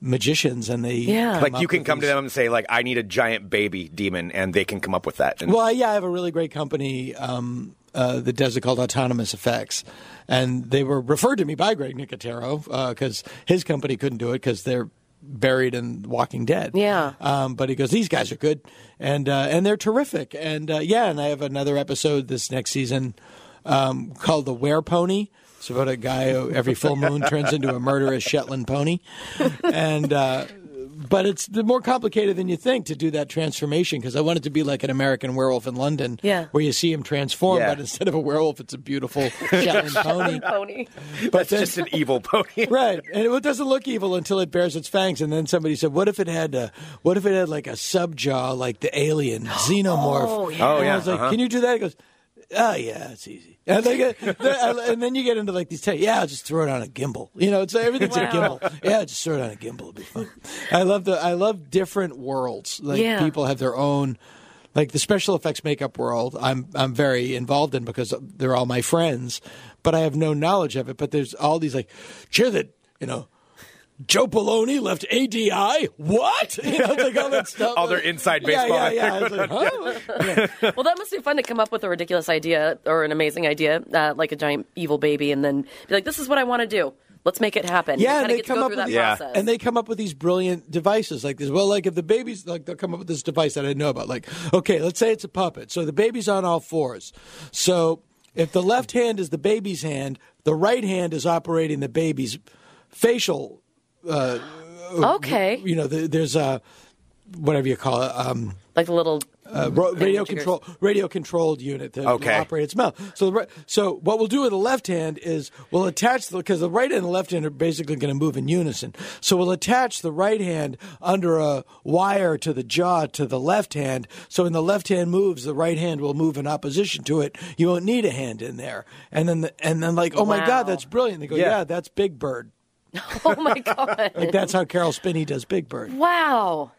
magicians, and they Yeah. come Like up you can with come to these- them and say, like, I need a giant baby demon, and they can come up with that. And Well, yeah, I have a really great company um, uh, that does it called Autonomous Effects, and they were referred to me by Greg Nicotero because his company couldn't do it because they're buried in Walking Dead. Yeah. Um, but he goes, these guys are good, and uh, and they're terrific, and uh, yeah, and I have another episode this next season um, called The Were Pony. It's about a guy who every full moon turns into a murderous Shetland pony, and. Uh, but it's the more complicated than you think to do that transformation because I want it to be like an American werewolf in London, Yeah. where you see him transform, Yeah. but instead of a werewolf, it's a beautiful Shetland pony. Pony. But that's just an evil pony. right, and it doesn't look evil until it bears its fangs, and then somebody said, "What if it had a, what if it had like a subjaw like the alien xenomorph?" Oh yeah, Oh, and yeah, I was like, uh-huh. "Can you do that?" It goes. Oh yeah, it's easy. And, they get, and then you get into like these. T- yeah, I'll just throw it on a gimbal. You know, it's everything's a Wow. gimbal. Yeah, just throw it on a gimbal. It'll be fun. I love the. I love different worlds. Like Yeah. people have their own. Like the special effects makeup world, I'm I'm very involved in because they're all my friends, but I have no knowledge of it. But there's all these like, sure that you know, Joe Baloney left ADI. What? You know, like all that stuff. All their inside baseball. Yeah, yeah, yeah. I was like, huh? Well, that must be fun to come up with a ridiculous idea or an amazing idea, uh, like a giant evil baby, and then be like, "This is what I want to do. Let's make it happen." and Yeah, and kinda they get to come go up through with that Yeah. process. and they come up with these brilliant devices like this. Well, like if the baby's like they'll come up with this device that I didn't know about. Like, okay, let's say it's a puppet. So the baby's on all fours. So if the left hand is the baby's hand, the right hand is operating the baby's facial. okay, You know, the, there's a whatever you call it. Um, like the little uh, Mm-hmm. ro- radio jiggers. control radio controlled unit that Okay. will operate its mouth. So the right, so what we'll do with the left hand is we'll attach the because the right hand and the left hand are basically going to move in unison. So we'll attach the right hand under a wire to the jaw to the left hand. So when the left hand moves, the right hand will move in opposition to it. You won't need a hand in there. And then the, and then like oh my Wow. god that's brilliant. They go Yeah. yeah, that's Big Bird. Oh my god! Like that's how Carol Spinney does Big Bird. wow,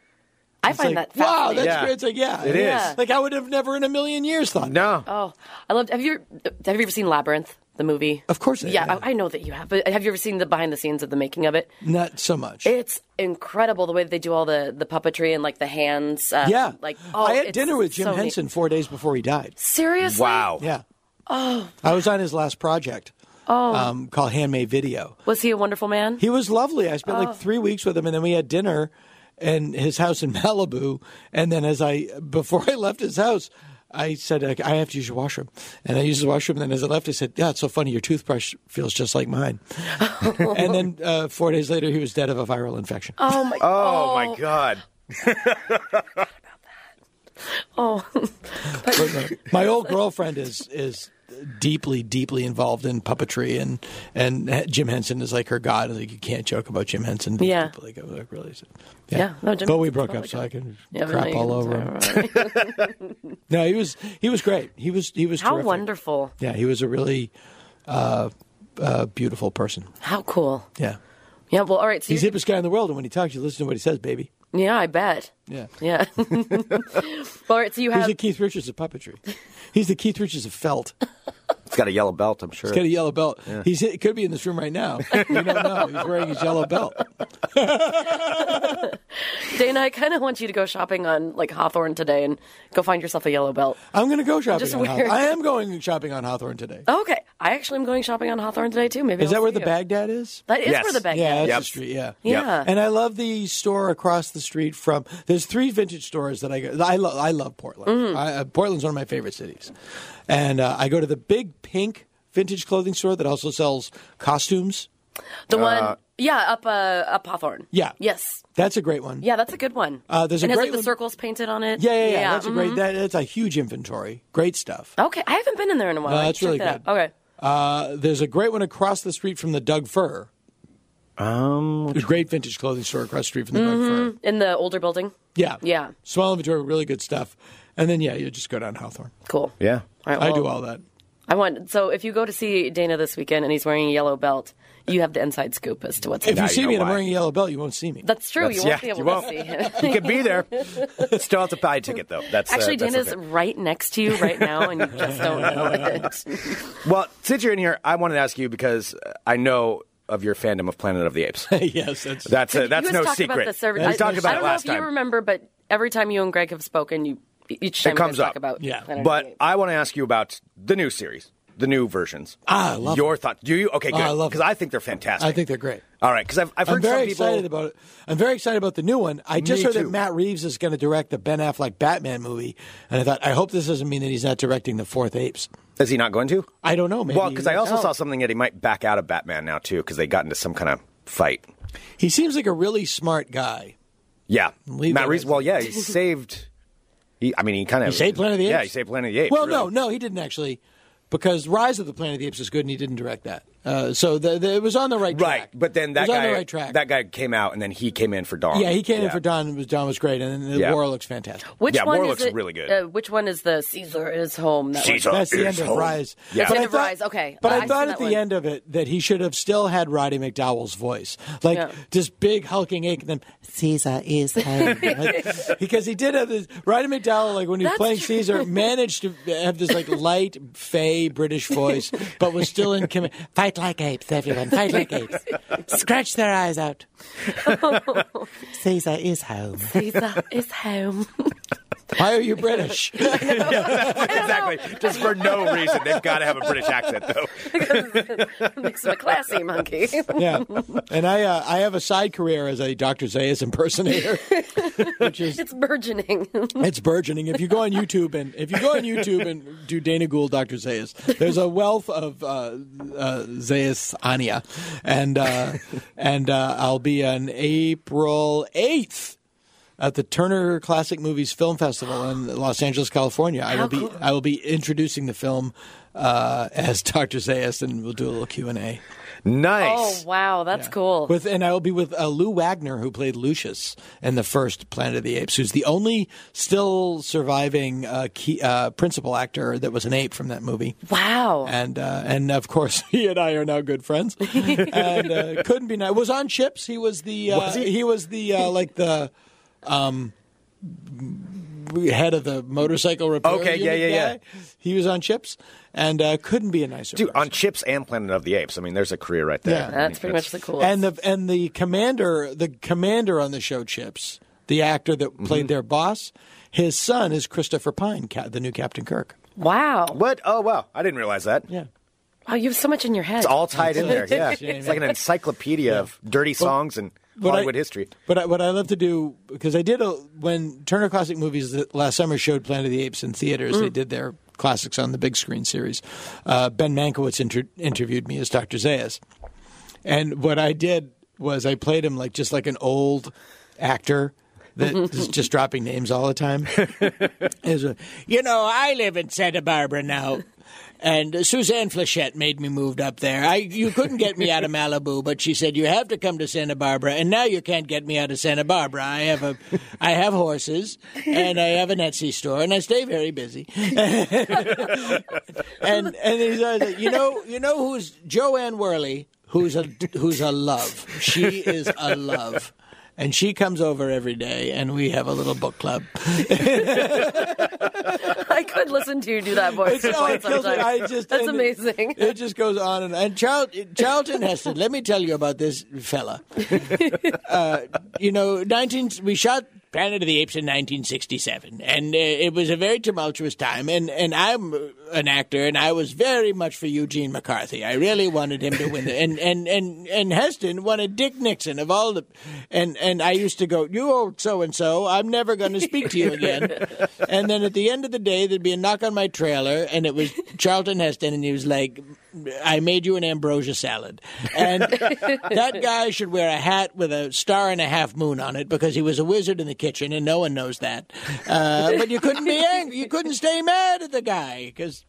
I It's find like, that wow, fascinating. that's Yeah. great. It's like yeah, It Yeah. is. Like I would have never in a million years thought. that. No. Oh, I loved. Have you have you ever seen Labyrinth, the movie? Of course I Yeah, have. I, I know that you have. But have you ever seen the behind the scenes of the making of it? Not so much. It's incredible the way that they do all the the puppetry and like the hands. Uh, yeah. like oh, I had it's dinner with Jim so neat. Henson four days before he died. Seriously? Wow. Yeah. Oh. I was on his last project. Oh. Um, called Handmade Video. Was he a wonderful man? He was lovely. I Oh. spent like three weeks with him, and then we had dinner in his house in Malibu. And then, as I before I left his house, I said, like, "I have to use your washroom," and I used the washroom. And then, as I left, I said, "Yeah, it's so funny. Your toothbrush feels just like mine." and then uh, four days later, he was dead of a viral infection. oh my. Oh, my God. Oh. But no, my old girlfriend is is deeply deeply involved in puppetry and and Jim Henson is like her god. Like you can't joke about Jim Henson. Yeah. People, like, I was like, really. Yeah, no, Jim but we Henson's totally broke up, so good. I can Yeah, crap really, all it's over all him. right. No, he was he was great. He was he was How terrific. wonderful! Yeah, he was a really uh, uh, beautiful person. How cool! Yeah, Yeah. Well, all right. So he's the you, hippest guy in the world, and when he talks, you listen to what he says, baby. yeah, I bet. Yeah. Yeah. well, all right. So you He's have the Keith Richards of puppetry. He's the Keith Richards of felt. It's got a yellow belt, I'm sure. He's got a yellow belt. He's he could be in this room right now. You don't know. He's wearing his yellow belt. Dana, I kind of want you to go shopping on like Hawthorne today and go find yourself a yellow belt. I'm going to go shopping. Just on weird. Hawthorne. I am going shopping on Hawthorne today. Oh, Okay, I actually am going shopping on Hawthorne today too. Maybe is I'll that where see the you. Baghdad is? That is Yes. where the bag. Yeah, that's Yep. the street. Yeah. Yeah. And I love the store across the street from. There's three vintage stores that I go. I, lo- I love Mm. Portland. I, uh, Portland's one of my favorite cities, and uh, I go to the big pink vintage clothing store that also sells costumes. The one Yeah, up uh, up Hawthorne. Yeah. Yes. That's a great one. Yeah, that's a good one. Uh, there's a and it has great like the one- circles painted on it. Yeah, yeah, yeah. That's a mhm. great. That, that's a huge inventory. Great stuff. Okay, I haven't been in there in a while. No, I should that's check really that good. Out. Okay. Uh, there's a great one across the street from the Doug Fur. Um, there's a great vintage clothing store across the street from the Mm-hmm. Doug Fur. In the older building. Yeah, Yeah. Small inventory, really good stuff. And then yeah, you just go down Hawthorne. Cool. Yeah. All right, I well, do all that. I want so if you go to see Dana this weekend and he's wearing a yellow belt, you have the inside scoop as to what's in If there. you see know me and I'm why. wearing a yellow belt, you won't see me. That's true. you That's- won't yeah, be able you to won't. see him. You could be there. Still have to buy a ticket, though. That's uh, Actually, that's Dana's okay. right next to you right now, and you just don't know it. Well, since you're in here, I wanted to ask you because uh, I know of your fandom of Planet of the Apes. yes, that's That's uh, you that's guys no talked secret. About the serv- we I, talked I about don't it know last if you time. remember, but every time you and Greg have spoken, you each time you comes guys talk up. about Yeah. Planet of the But Apes. I want to ask you about the new series, the new versions. Ah, I love Ah, your thoughts. Do you? Okay, good. I love because them. I think they're fantastic. I think they're great. All right, because I've, I've heard I'm very some people. excited about it. I'm very excited about the new one. I just Me heard too. that Matt Reeves is going to direct the Ben Affleck Batman movie, and I thought, I hope this doesn't mean that he's not directing the Fourth Apes. is he not going to? I don't know. Maybe well, because I he is. also saw something that he might back out of Batman now too, because they got into some kind of fight. He seems like a really smart guy. Yeah, Leave Matt that Reeves. as- Well, yeah, he saved. He, I mean, he kind of He saved Planet of the Apes. Yeah, he saved Planet of the Apes. Well, really. no, no, he didn't actually, because Rise of the Planet of the Apes is good, and he didn't direct that. Uh, so the, the, it was on the right track. Right, but then It that was guy, on the right track. that guy came out, and then he came in for Dawn. Yeah, he came in for Don. and was- Don was great, and the Yeah. war looks fantastic. which yeah, one Warlock's is it, really good. Uh, which one is the Caesar is home? That Caesar. One? That's the is end of home. Rise. Yeah. That's the But end I of Rise, okay. But Uh, I, I've seen thought that at the one. end of it that he should have still had Roddy McDowell's voice, like Yeah. this big hulking ache, and then Caesar is home. Like, because he did have this. Roddy McDowell, like when he was That's playing true. Caesar, managed to have this like light, fey British voice, but was still in command. Fight like apes, everyone. Fight like apes. Scratch their eyes out. Caesar is home. Caesar is home. Why are you British? exactly. Just for no reason, they've got to have a British accent, though. Makes him a classy monkey. Yeah, and I uh, I have a side career as a Dr. Zayas impersonator, which is it's burgeoning. it's burgeoning. If you go on YouTube and if you go on YouTube and do Dana Gould Dr. Zayas, there's a wealth of uh, uh, Zayas Anya, and uh, and uh, I'll be on April eighth. At the Turner Classic Movies Film Festival in Los Angeles, California, I will be I will be introducing the film uh, as Dr. Zayas, and we'll do a little Q and A. oh Nice. wow, that's cool. With and I will be with uh, Lou Wagner, who played Lucius in the first Planet of the Apes, who's the only still surviving uh, key, uh, principal actor that was an ape from that movie. wow. And uh, and of course, he and I are now good friends. and uh, couldn't be nice. Was on Chips. He was the uh, he? was the uh, like the. Um, head of the motorcycle repair. Okay, yeah, unit yeah, yeah. guy. He was on Chips, and uh, couldn't be a nicer. Dude, person. on Chips and Planet of the Apes. I mean, there's a career right there. Yeah. that's pretty much the coolest. and the and the commander the commander on the show chips the actor that Mm-hmm. played their boss his son is christopher pine ca- the new captain kirk wow. What? Oh, wow. I didn't realize that. yeah Wow, you have so much in your head. It's all tied in there. Yeah. Shame, It's like an encyclopedia of dirty songs and but I- Hollywood history. But I, what I love to do because I did a, when Turner Classic Movies th- last summer showed Planet of the Apes in theaters. Mm. They did their classics on the big screen series. Uh, ben Mankiewicz inter- interviewed me as Dr. Zayas, and what I did was I played him like just like an old actor. That Mm-hmm. is just dropping names all the time. It was a, you know, I live in Santa Barbara now, and Suzanne Flechette made me moved up there. I you couldn't get me out of Malibu, but she said you have to come to Santa Barbara, and now you can't get me out of Santa Barbara. I have a, I have horses, and I have an Etsy store, and I stay very busy. and and he's always like, you know, you know who's Joanne Worley, who's a who's a love. She is a love. And she comes over every day, and we have a little book club. I could listen to you do that voice. for It's- oh, quite it some kills me. time. I just- That's and amazing. It just goes on and and Charl- Charlton Heston. let me tell you about this fella. uh, you know, nineteen. We shot Planet of the Apes in 1967, and uh, it was a very tumultuous time. And and I'm uh, an actor, and I was very much for Eugene McCarthy. I really wanted him to win. The, and and and and Heston wanted Dick Nixon of all the. And and I used to go, you old so and so. I'm never going to speak to you again. and then at the end of the day, there'd be a knock on my trailer, and it was Charlton Heston, and he was like, I made you an ambrosia salad. And that guy should wear a hat with a star and a half moon on it because he was a wizard in the kitchen and no one knows that. Uh, but you couldn't be angry. You couldn't stay mad at the guy because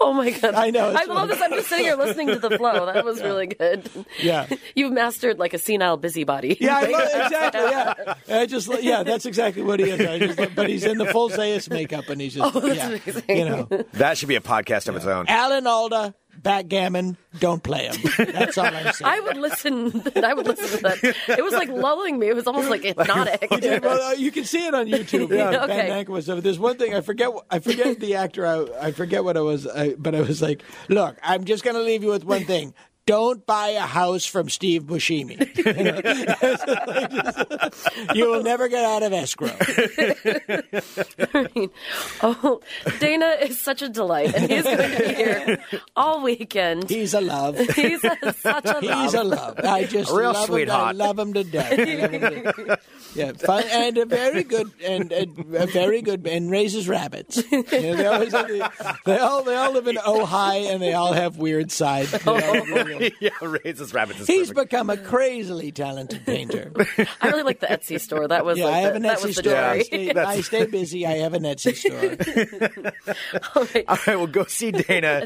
Oh my god! I know, it's I love one- this. I'm just sitting here listening to the flow. That was really good. Yeah. You've mastered like a senile busybody. Yeah, I love, exactly. Yeah, I just yeah, that's exactly what he is. I just, but he's in the full Zeus makeup, and he's Oh, just yeah, you know, That should be a podcast of its own. Alan Alda, backgammon, don't play him. That's all I'm saying. I would listen. I would listen to that. It was like lulling me. It was almost like hypnotic. Yeah, well, uh, you can see it on YouTube. Yeah. Ben Okay. Mack was. uh, There's one thing I forget. wh- I forget the actor. I, I forget what I was. I, but I was like, look, I'm just going to leave you with one thing. Don't buy a house from Steve Buscemi. You know? It's like just- you will never get out of escrow. oh, Dana is such a delight, and he's going to be here all weekend. He's a love. He's a, such a love. He's a love. I just A real love sweetheart. Him. I love him to death. I love him to death. yeah, fun and a very good and, and a very good and raises rabbits. You know, they, always have the- they all they all live in Ojai and they all have weird sides. They all have weird- Oh, yeah, raises rabbits. Is He's perfect. become a crazily talented painter. I really like the Etsy store. That was Yeah, like I the, have an that Etsy was the store. I story. stay, I stay busy. I have an Etsy store. All right, well, go see Dana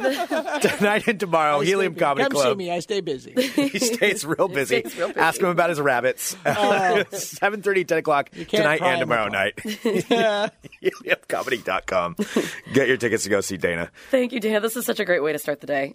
tonight and tomorrow. Helium Comedy Come see Club. me. I stay busy. He stays real busy. stays real busy. Oh. Ask him about his rabbits. Seven thirty, ten 7.30, 10 o'clock can't tonight pry and him tomorrow night. apart. HeliumComedy.com. Get your tickets to go see Dana. Thank you, Dana. This is such a great way to start the day.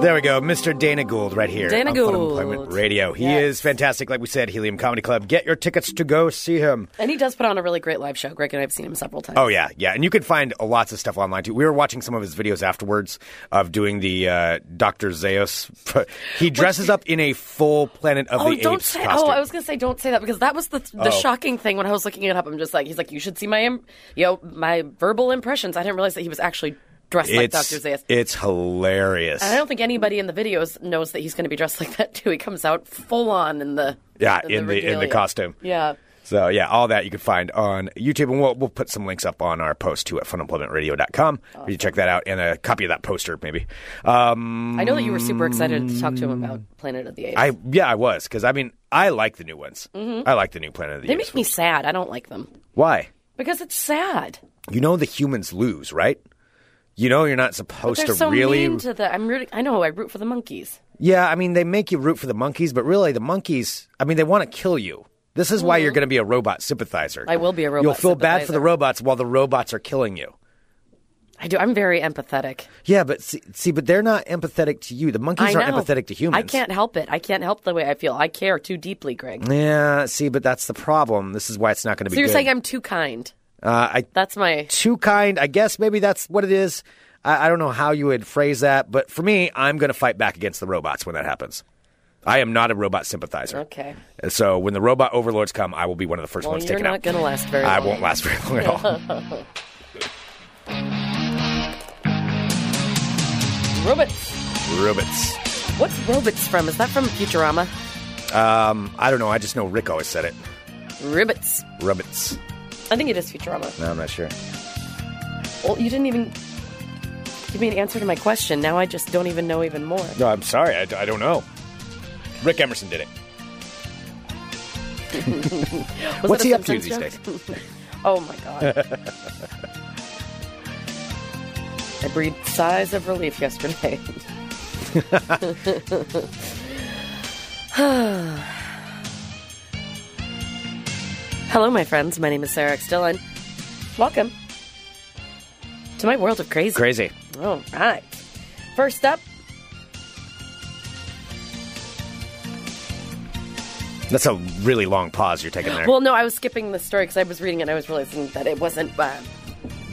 There we go. Mr. Dana Gould right here. Dana on Fun Gould. Employment Radio. He Yes. is fantastic. Like we said, Helium Comedy Club. Get your tickets to go see him. And he does put on a really great live show. Greg and I have seen him several times. Oh yeah, yeah, and you can find lots of stuff online too. We were watching some of his videos afterwards of doing the uh, Doctor Zeus. He dresses up in a full Planet of Oh, the don't Apes say. costume. Oh. Oh, I was gonna say, don't say that because that was the the shocking thing when I was looking it up. I'm just like, he's like, you should see my, Im- you know, my verbal impressions. I didn't realize that he was actually dressed like it's, Doctor Zeus. It's hilarious. I don't think anybody in the videos knows that he's going to be dressed like that too. He comes out full on in the Yeah, in the- in the regalia. costume. Yeah. So yeah, all that you can find on YouTube, and we'll we'll put some links up on our post too at funemploymentradio.com. You check that out and a copy of that poster maybe. Um, I know that you were super excited to talk to him about Planet of the Apes. Mm. I yeah, I was because I mean I like the new ones. I like the new Planet of the Mm-hmm. they Apes. make me sad. I don't like them Why? because it's sad. You know the humans lose, right? You know you're not supposed They're to so really mean to the. I'm rooting. I know. I root for the monkeys. Yeah, I mean, they make you root for the monkeys, but really, the monkeys, I mean, they want to kill you. This is why you're going to be a robot sympathizer. Mm-hmm. I will be a robot You'll feel bad for the sympathizer. robots while the robots are killing you. I do. I'm very empathetic. Yeah, but see, see but they're not empathetic to you. The monkeys I aren't know. empathetic to humans. I can't help it. I can't help the way I feel. I care too deeply, Greg. Yeah, see, but that's the problem. This is why it's not going to be. So you're good. saying I'm too kind? uh, I, That's my. too kind? I guess maybe that's what it is. I, I don't know how you would phrase that, but for me, I'm going to fight back against the robots when that happens. I am not a robot sympathizer. Okay. And So when the robot overlords come, I will be one of the first Well, ones you're taken not out. going to last very I long. won't last very long at all. Robots. Robots. What's robots from? Is that from Futurama? I don't know. I just know Rick always said it. Robots. Robots. I think it is Futurama. No, I'm not sure. Well, you didn't even give me an answer to my question. Now I just don't even know even more. No, I'm sorry. I, I don't know. Rick Emerson did it. Was What's it a he up to Simpsons these joke? days? Oh my god. I breathed sighs of relief yesterday. Hello, my friends. My name is Sarah X. Dillon. Welcome to my world of crazy. Crazy. All right. First up, That's a really long pause you're taking there. well, no, I was skipping the story because I was reading it and I was realizing that it wasn't. Uh,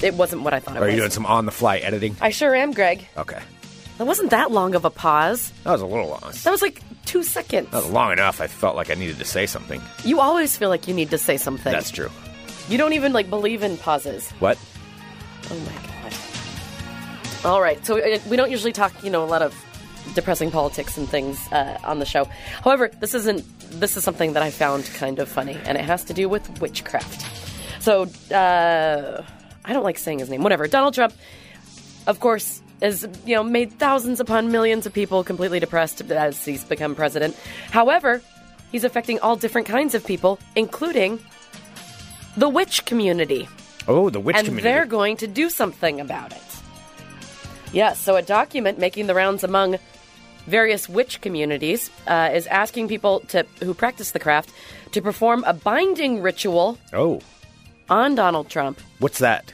it wasn't what I thought it Are was. you doing some on the fly editing? I sure am, Greg. Okay. That wasn't that long of a pause. That was a little long. That That was like two seconds. was long enough. I felt like I needed to say something. You always feel like you need to say something. That's true. You don't even like believe in pauses. What? Oh my god. All right, so uh, we don't usually talk, you know, a lot of depressing politics and things uh, on the show. However, this isn't. This is something that I found kind of funny, and it has to do with witchcraft. So uh, I don't like saying his name. Whatever. Donald Trump, of course, has you know made thousands upon millions of people completely depressed as he's become president. However, he's affecting all different kinds of people, including the witch community Oh, the witch and community. they're going to do something about it. Yes, so a document making the rounds among various witch communities uh, is asking people to who practice the craft to perform a binding ritual oh, on Donald Trump. what's that?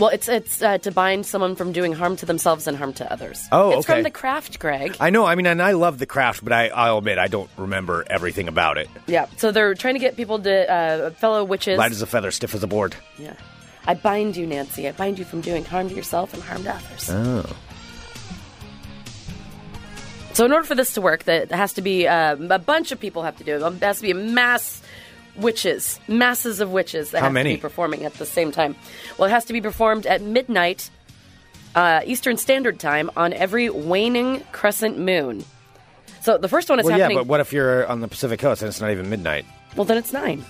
Well, it's it's uh, to bind someone from doing harm to themselves and harm to others. Oh, it's okay. from the craft, Greg. I know. I mean, and I love the craft, but I, I'll admit I don't remember everything about it. yeah, so they're trying to get people to uh, fellow witches. Light as a feather, stiff as a board. yeah, I bind you, Nancy. I bind you from doing harm to yourself and harm to others. Oh, So, in order for this to work, that has to be um, a bunch of people have to do it. Um, It has to be a mass witches, masses of witches that How have many? to be performing at the same time. Well, it has to be performed at midnight uh, Eastern Standard Time on every waning crescent moon. So the first one is well, yeah, happening. but what if you're on the Pacific Coast and it's not even midnight? Well, then it's nine.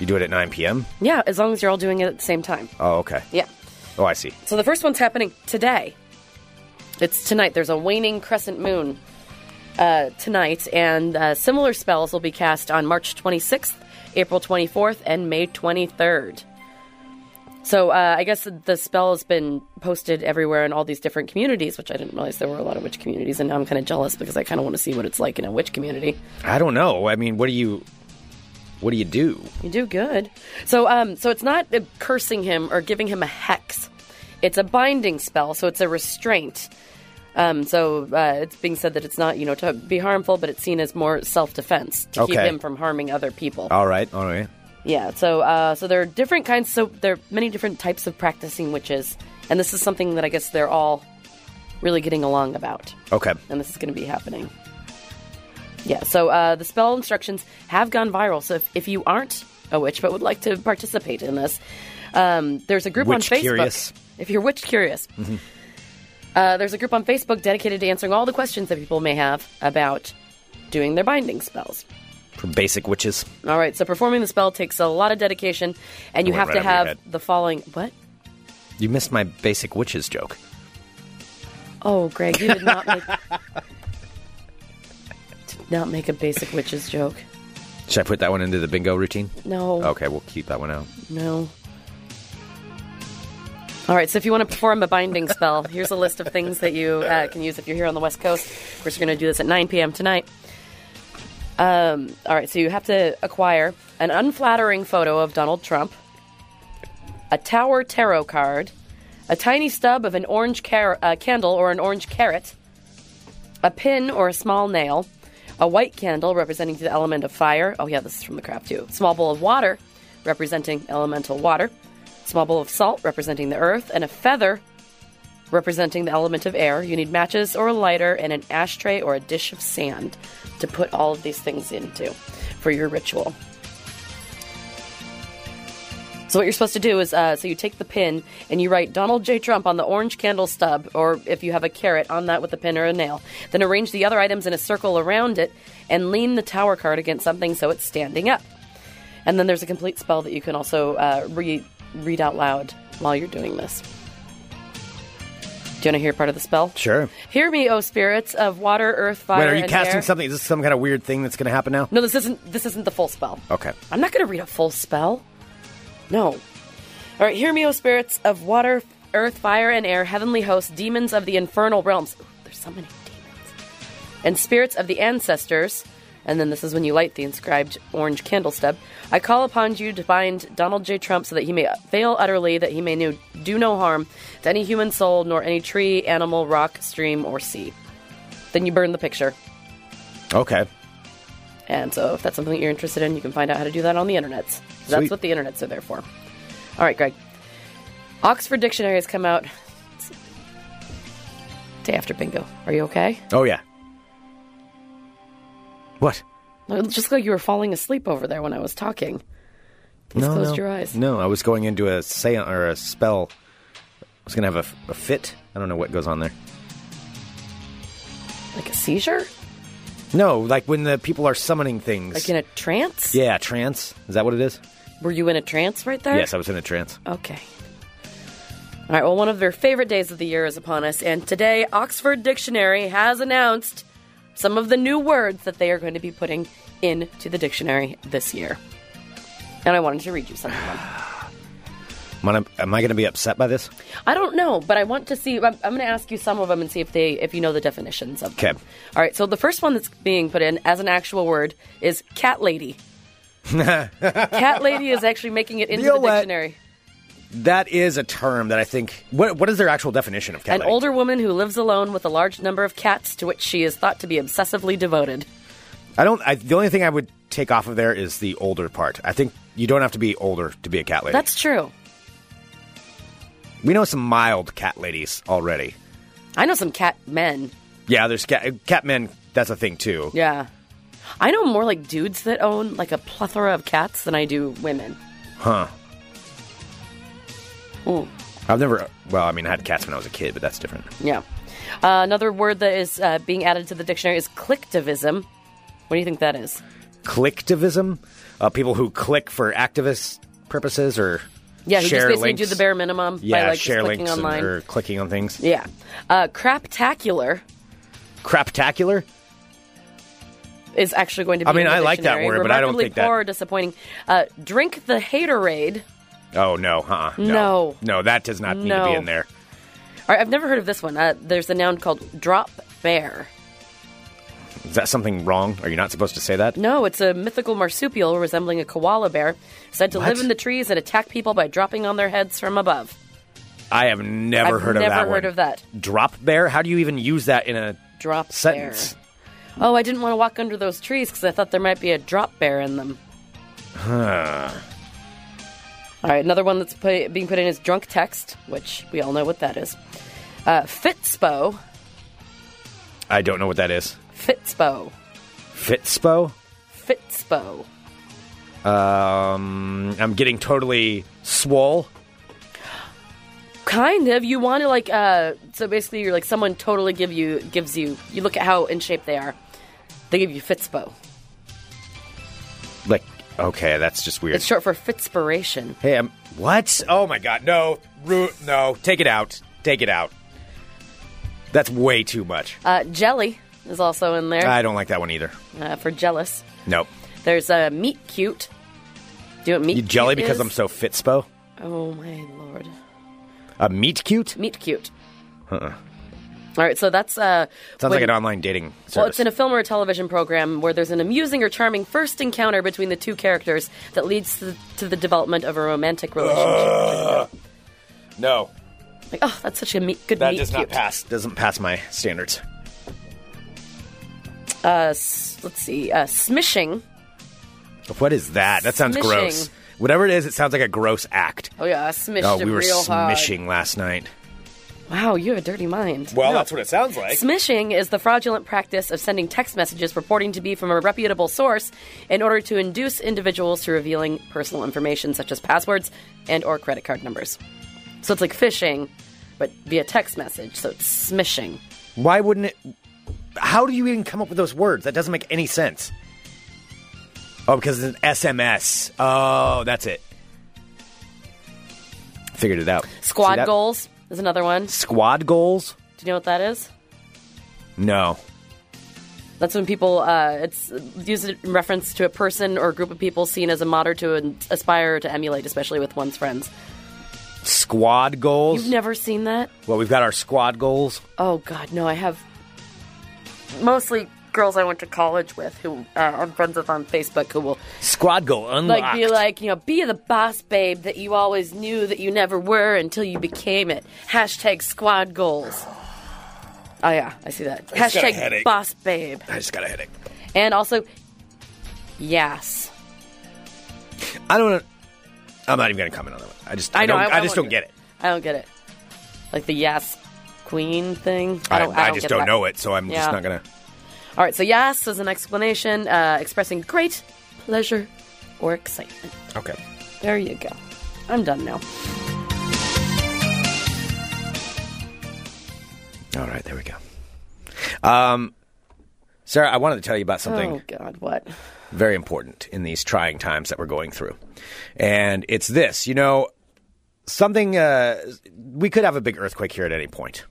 You do it at 9 p.m. Yeah, as long as you're all doing it at the same time. Oh, okay. Yeah. Oh, I see. So the first one's happening today. It's tonight. There's a waning crescent moon uh, tonight, and uh, similar spells will be cast on March 26th, April 24th, and May 23rd. So uh, I guess the spell has been posted everywhere in all these different communities, which I didn't realize there were a lot of witch communities, and now I'm kind of jealous because I kind of want to see what it's like in a witch community. I don't know. I mean, what do you, what do you do? You do good. So, um, so it's not uh, cursing him or giving him a hex. It's a binding spell, so it's a restraint. Um, so uh, it's being said that it's not, you know, to be harmful, but it's seen as more self-defense to keep Okay. Oh. him from harming other people. All right, all right. Yeah. So, uh, so there are different kinds. So there are many different types of practicing witches, and this is something that I guess they're all really getting along about Okay. and this is going to be happening. Yeah, so uh, the spell instructions have gone viral. So if, if you aren't a witch but would like to participate in this, um, there's a group Witch on Facebook. curious. Mm-hmm. If you're witch curious, uh, there's a group on Facebook dedicated to answering all the questions that people may have about doing their binding spells. From basic witches. All right, so performing the spell takes a lot of dedication, and you Went have right to over your have head. the following. What? You missed my basic witches joke. Oh, Greg, you did not make. did not make a basic witches joke. Should I put that one into the bingo routine? No. Okay, we'll keep that one out. No. All right, so if you want to perform a binding spell, here's a list of things that you uh, can use if you're here on the West Coast. Of course, you're going to do this at 9 p.m. tonight. Um, all right, so you have to acquire an unflattering photo of Donald Trump, a tower tarot card, a tiny stub of an orange car- uh, candle or an orange carrot, a pin or a small nail, a white candle representing the element of fire. Oh, yeah, this is from the craft, too. Small bowl of water representing elemental water, small bowl of salt representing the earth, and a feather representing the element of air. You need matches or a lighter and an ashtray or a dish of sand to put all of these things into for your ritual. So what you're supposed to do is, uh, so you take the pin and you write Donald J. Trump on the orange candle stub, or if you have a carrot on that with a pin or a nail. Then arrange the other items in a circle around it and lean the tower card against something so it's standing up. And then there's a complete spell that you can also uh, re- read out loud while you're doing this. Do you want to hear part of the spell? Sure. Hear me, O spirits of water, earth, fire. Wait, are you and casting air. something? Is this some kind of weird thing that's going to happen now? No, this isn't. This isn't the full spell. Okay. I'm not going to read a full spell. No. All right, hear me, O spirits of water, earth, fire, and air, heavenly hosts, demons of the infernal realms. Ooh, there's so many demons. And spirits of the ancestors. And then this is when you light the inscribed orange candle stub. I call upon you to bind Donald J. Trump so that he may fail utterly, that he may no, do no harm to any human soul, nor any tree, animal, rock, stream, or sea. Then you burn the picture. Okay. And so, if that's something that you're interested in, you can find out how to do that on the internet. So Sweet. that's what the internets are there for. All right, Greg. Oxford Dictionary has come out day after bingo. Are you okay? Oh, yeah. What? It just like you were falling asleep over there when I was talking. Please no, closed no. your eyes. No, I was going into a seance or a spell. I was going to have a f- a, fit. I don't know what goes on there. Like a seizure? No, like when the people are summoning things. Like in a trance? yeah, trance. Is that what it is? Were you in a trance right there? Yes, I was in a trance. Okay. All right, well, one of their favorite days of the year is upon us, and today Oxford Dictionary has announced some of the new words that they are going to be putting into the dictionary this year. And I wanted to read you some of them. Am I, am I going to be upset by this? I don't know, but I want to see. I'm, I'm going to ask you some of them and see if they, if you know the definitions of them. 'Kay. All right. So the first one that's being put in as an actual word is cat lady. cat lady is actually making it into You know the what? dictionary. That is a term that I think. What, what is their actual definition of cat An lady? older woman who lives alone with a large number of cats to which she is thought to be obsessively devoted. I don't. I, the only thing I would take off of there is the older part. I think you don't have to be older to be a cat lady. That's true. we know some mild cat ladies already. I know some cat men. Yeah, there's cat cat men. That's a thing too. Yeah. I know more like dudes that own like a plethora of cats than I do women. Huh. Ooh. I've never. Well, I mean, I had cats when I was a kid, but that's different. Yeah. Uh, another word that is uh, being added to the dictionary is clicktivism. What do you think that is? Clicktivism, uh, people who click for activist purposes or Yeah, you share just basically links. do the bare minimum yeah, by like just share clicking links and- online. or clicking on things. Yeah. Uh, craptacular Craptacular. is actually going to be. I mean, in the I like that dictionary. word, but I don't Remarkably think that- poor or disappointing. Uh, drink the haterade. Oh no, huh? No. no, that does not need to No. be in there. All right, I've never heard of this one. Uh, there's a noun called drop bear. Is that something wrong? Are you not supposed to say that? No, it's a mythical marsupial resembling a koala bear, said to What? live in the trees and attack people by dropping on their heads from above. I have never I've heard never of that. heard one. of that. Drop bear. How do you even use that in a Drop sentence? bear. Oh, I didn't want to walk under those trees because I thought there might be a drop bear in them. All right, another one that's put, being put in is drunk text, which we all know what that is. Uh, Fitspo, I don't know what that is. Fitspo, Fitspo. Fitspo. Um, I'm getting totally swole. Kind of. You want to like uh, so basically you're like someone totally give you gives you. You look at how in shape they are. They give you Fitspo. Like, okay, that's just weird. It's short for Fitspiration. Hey, I'm, what? Oh my god, no, Ru- no, take it out, take it out. That's way too much. Uh, jelly is also in there I don't like that one either. uh, for jealous. Nope. There's a uh, meat cute. Do you know what meat You jelly cute because is? I'm so fitspo. Oh my lord, A meat cute? meat cute. All right, so that's uh. Uh-uh. Sounds when- like an online dating service. Well, it's in a film or a television program where there's an amusing or charming first encounter between the two characters that leads to the, to the development of a romantic relationship. no, Like, oh, that's such a meat, good that meat does cute. not pass. Doesn't pass my standards. Uh, s- let's see, uh, smishing. What is that? That sounds Smishing. gross. Whatever it is, it sounds like a gross act. Oh yeah, I smished Oh, it we were real hard. smishing last night. Wow, you have a dirty mind. Well, that's what it sounds like. Smishing is the fraudulent practice of sending text messages purporting to be from a reputable source in order to induce individuals to revealing personal information such as passwords and or credit card numbers. So it's like phishing, but via text message. So it's smishing. Why wouldn't it? How do you even come up with those words? That doesn't make any sense. Oh, because it's an SMS. Oh, that's it. Figured it out. See Squad that? goals is another one. Do Squad goals? you know what that is? No. That's when people uh, it's used in reference to a person or group of people seen as a model to an- aspire to emulate, especially with one's friends. Squad goals? You've never seen that? well, we've got our squad goals. Oh God, no! I have mostly girls I went to college with who uh, I'm friends with on Facebook who will Squad goal unlocked. like be like, you know, be the boss babe that you always knew that you never were until you became it. Hashtag squad goals. Oh yeah, I see that. just got a Hashtag headache. boss babe, I just got a headache. and also yes. I don't. I'm not even going to comment on that one. I just. I, I know, don't. I- I, I just won't don't do it. get it. I don't get it. Like the yes queen thing. I I, don't. I don't just get don't that. know it, so I'm Yeah. just not going to. All right, so yes is an explanation uh, expressing great pleasure or excitement. Okay. There you go. I'm done now. All right, there we go. Um, Sarah, I wanted to tell you about something Oh God, what? very important in these trying times that we're going through. And it's this, you know, something uh, we could have a big earthquake here at any point.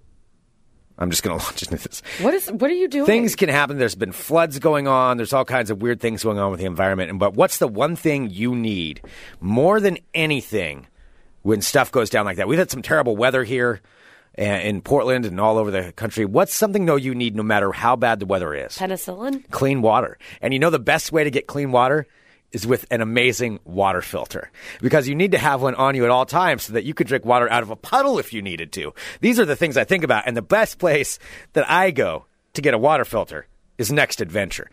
I'm just going to launch into this. What is? What are you doing? Things can happen. There's been floods going on. There's all kinds of weird things going on with the environment. And but what's the one thing you need more than anything when stuff goes down like that? We've had some terrible weather here uh, in Portland and all over the country. What's something though you need no matter how bad the weather is? Penicillin. clean water. And you know the best way to get clean water is with an amazing water filter because you need to have one on you at all times so that you can drink water out of a puddle if you needed to. These are the things I think about. And the best place that I go to get a water filter is Next Adventure.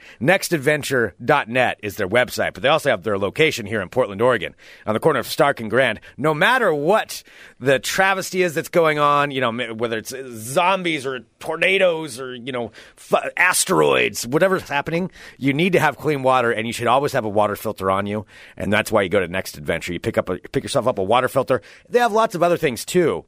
NextAdventure.net is their website, but they also have their location here in Portland, Oregon, on the corner of Stark and Grand. No matter what the travesty is that's going on, you know, ma- whether it's uh, zombies or tornadoes or, you know, f- asteroids, whatever's happening, you need to have clean water and you should always have a water filter on you. And that's why you go to Next Adventure. You pick up a, pick yourself up a water filter. They have lots of other things too,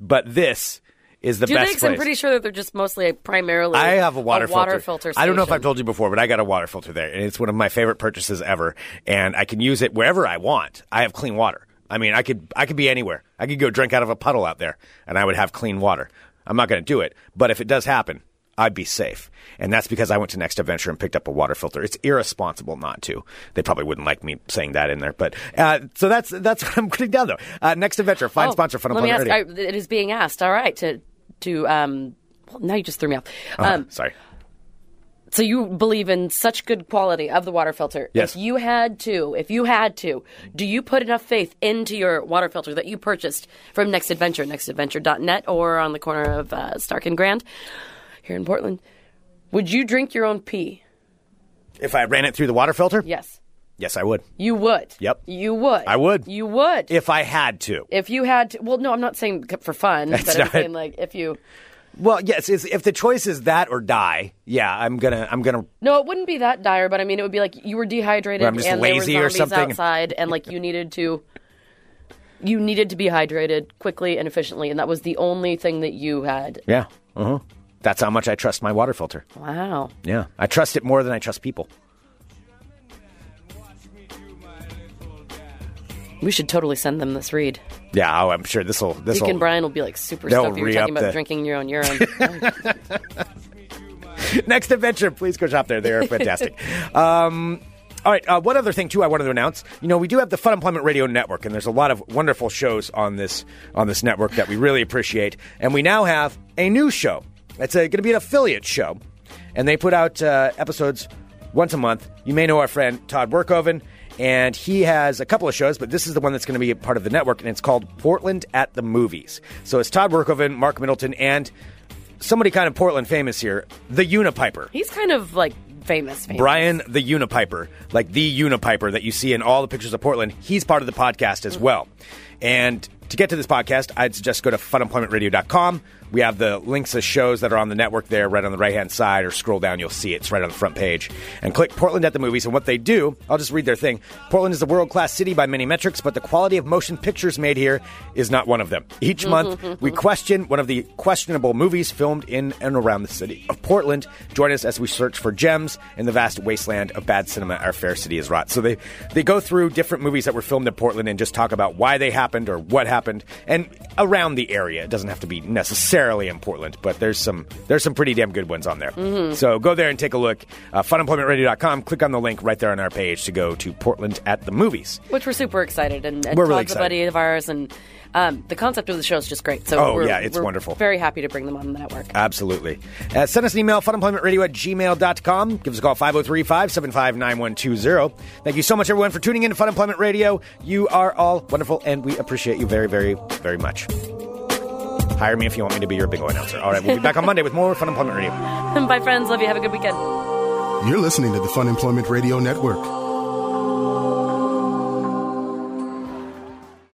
but this is the Do best they? 'Cause place. I'm pretty sure that they're just mostly primarily. I have a water filter. filter. I don't know if I've station. told you before, but I got a water filter there, and it's one of my favorite purchases ever. And I can use it wherever I want. I have clean water. I mean, I could I could be anywhere. I could go drink out of a puddle out there, and I would have clean water. I'm not going to do it, but if it does happen, I'd be safe. And that's because I went to Next Adventure and picked up a water filter. It's irresponsible not to. They probably wouldn't like me saying that in there, but uh, so that's that's what I'm putting down though. Uh, Next Adventure, fine Oh, sponsor, fun Let me ask. Radio. I, it is being asked. All right. To to um. Well, now you just threw me off. Uh, Um, sorry. so you believe in such good quality of the water filter. Yes. If you had to, if you had to, do you put enough faith into your water filter that you purchased from Next Adventure, nextadventure.net, or on the corner of uh, Stark and Grand here in Portland? Would you drink your own pee? If I ran it through the water filter, Yes. yes, I would. You would. Yep. You would. I would. You would. If I had to. if you had to, well, no, I'm not saying c- for fun, That's but I'm not- saying like if you. Well, yes. It's, if the choice is that or die, yeah, I'm gonna, I'm gonna. No, it wouldn't be that dire, but I mean, it would be like you were dehydrated Where I'm just and lazy there or were zombies something. outside, and like you needed to, you needed to be hydrated quickly and efficiently, and that was the only thing that you had. Yeah. Uh huh. That's how much I trust my water filter. Wow, Yeah, I trust it more than I trust people. we should totally send them this read. Yeah, oh, I'm sure this will, this Deacon will, Brian will be like super They'll stoked. You were re-up talking about the- drinking your own urine. next adventure. Please go shop there. They are fantastic. um, all right. Uh, one other thing too, I wanted to announce. You know, we do have the Fun Employment Radio Network, and there's a lot of wonderful shows on this on this network that we really appreciate. And we now have a new show. It's going to be an affiliate show, and they put out uh, episodes once a month. You may know our friend Todd Workoven. And he has a couple of shows, but this is the one that's going to be a part of the network, and it's called Portland at the Movies. So it's Todd Workoven, Mark Middleton, and somebody kind of Portland famous here, the Unipiper. He's kind of like famous. famous. Brian the Unipiper, like the Unipiper that you see in all the pictures of Portland, he's part of the podcast as well. And to get to this podcast, I'd suggest go to funemploymentradio.com. We have the links of shows that are on the network there, right on the right hand side, or scroll down, you'll see it. It's right on the front page. And click Portland at the Movies. And what they do, I'll just read their thing Portland is a world class city by many metrics, but the quality of motion pictures made here is not one of them. Each month, we question one of the questionable movies filmed in and around the city of Portland. Join us as we search for gems in the vast wasteland of bad cinema our fair city is rot. So they, they go through different movies that were filmed in Portland and just talk about why they happened or what happened and around the area. It doesn't have to be necessarily in Portland, but there's some there's some pretty damn good ones on there. So go there and take a look. Uh, funemploymentradio.com. Click on the link right there on our page to go to Portland at the movies. which we're super excited and, and We're really Todd's a buddy of ours and um, the concept of the show is just great so Oh, we're, yeah, it's we're wonderful. very happy to bring them on the network Absolutely. Uh, send us an email, funemploymentradio at gmail.com. Give us a call, 503 575 9120. Thank you so much, everyone, for tuning in to Fun Employment Radio. You are all wonderful, and we appreciate you very, very, very much. Hire me if you want me to be your big O announcer. All right, we'll be back on Monday with more Fun Employment Radio. bye friends love you have a good weekend You're listening to the Fun Employment Radio Network.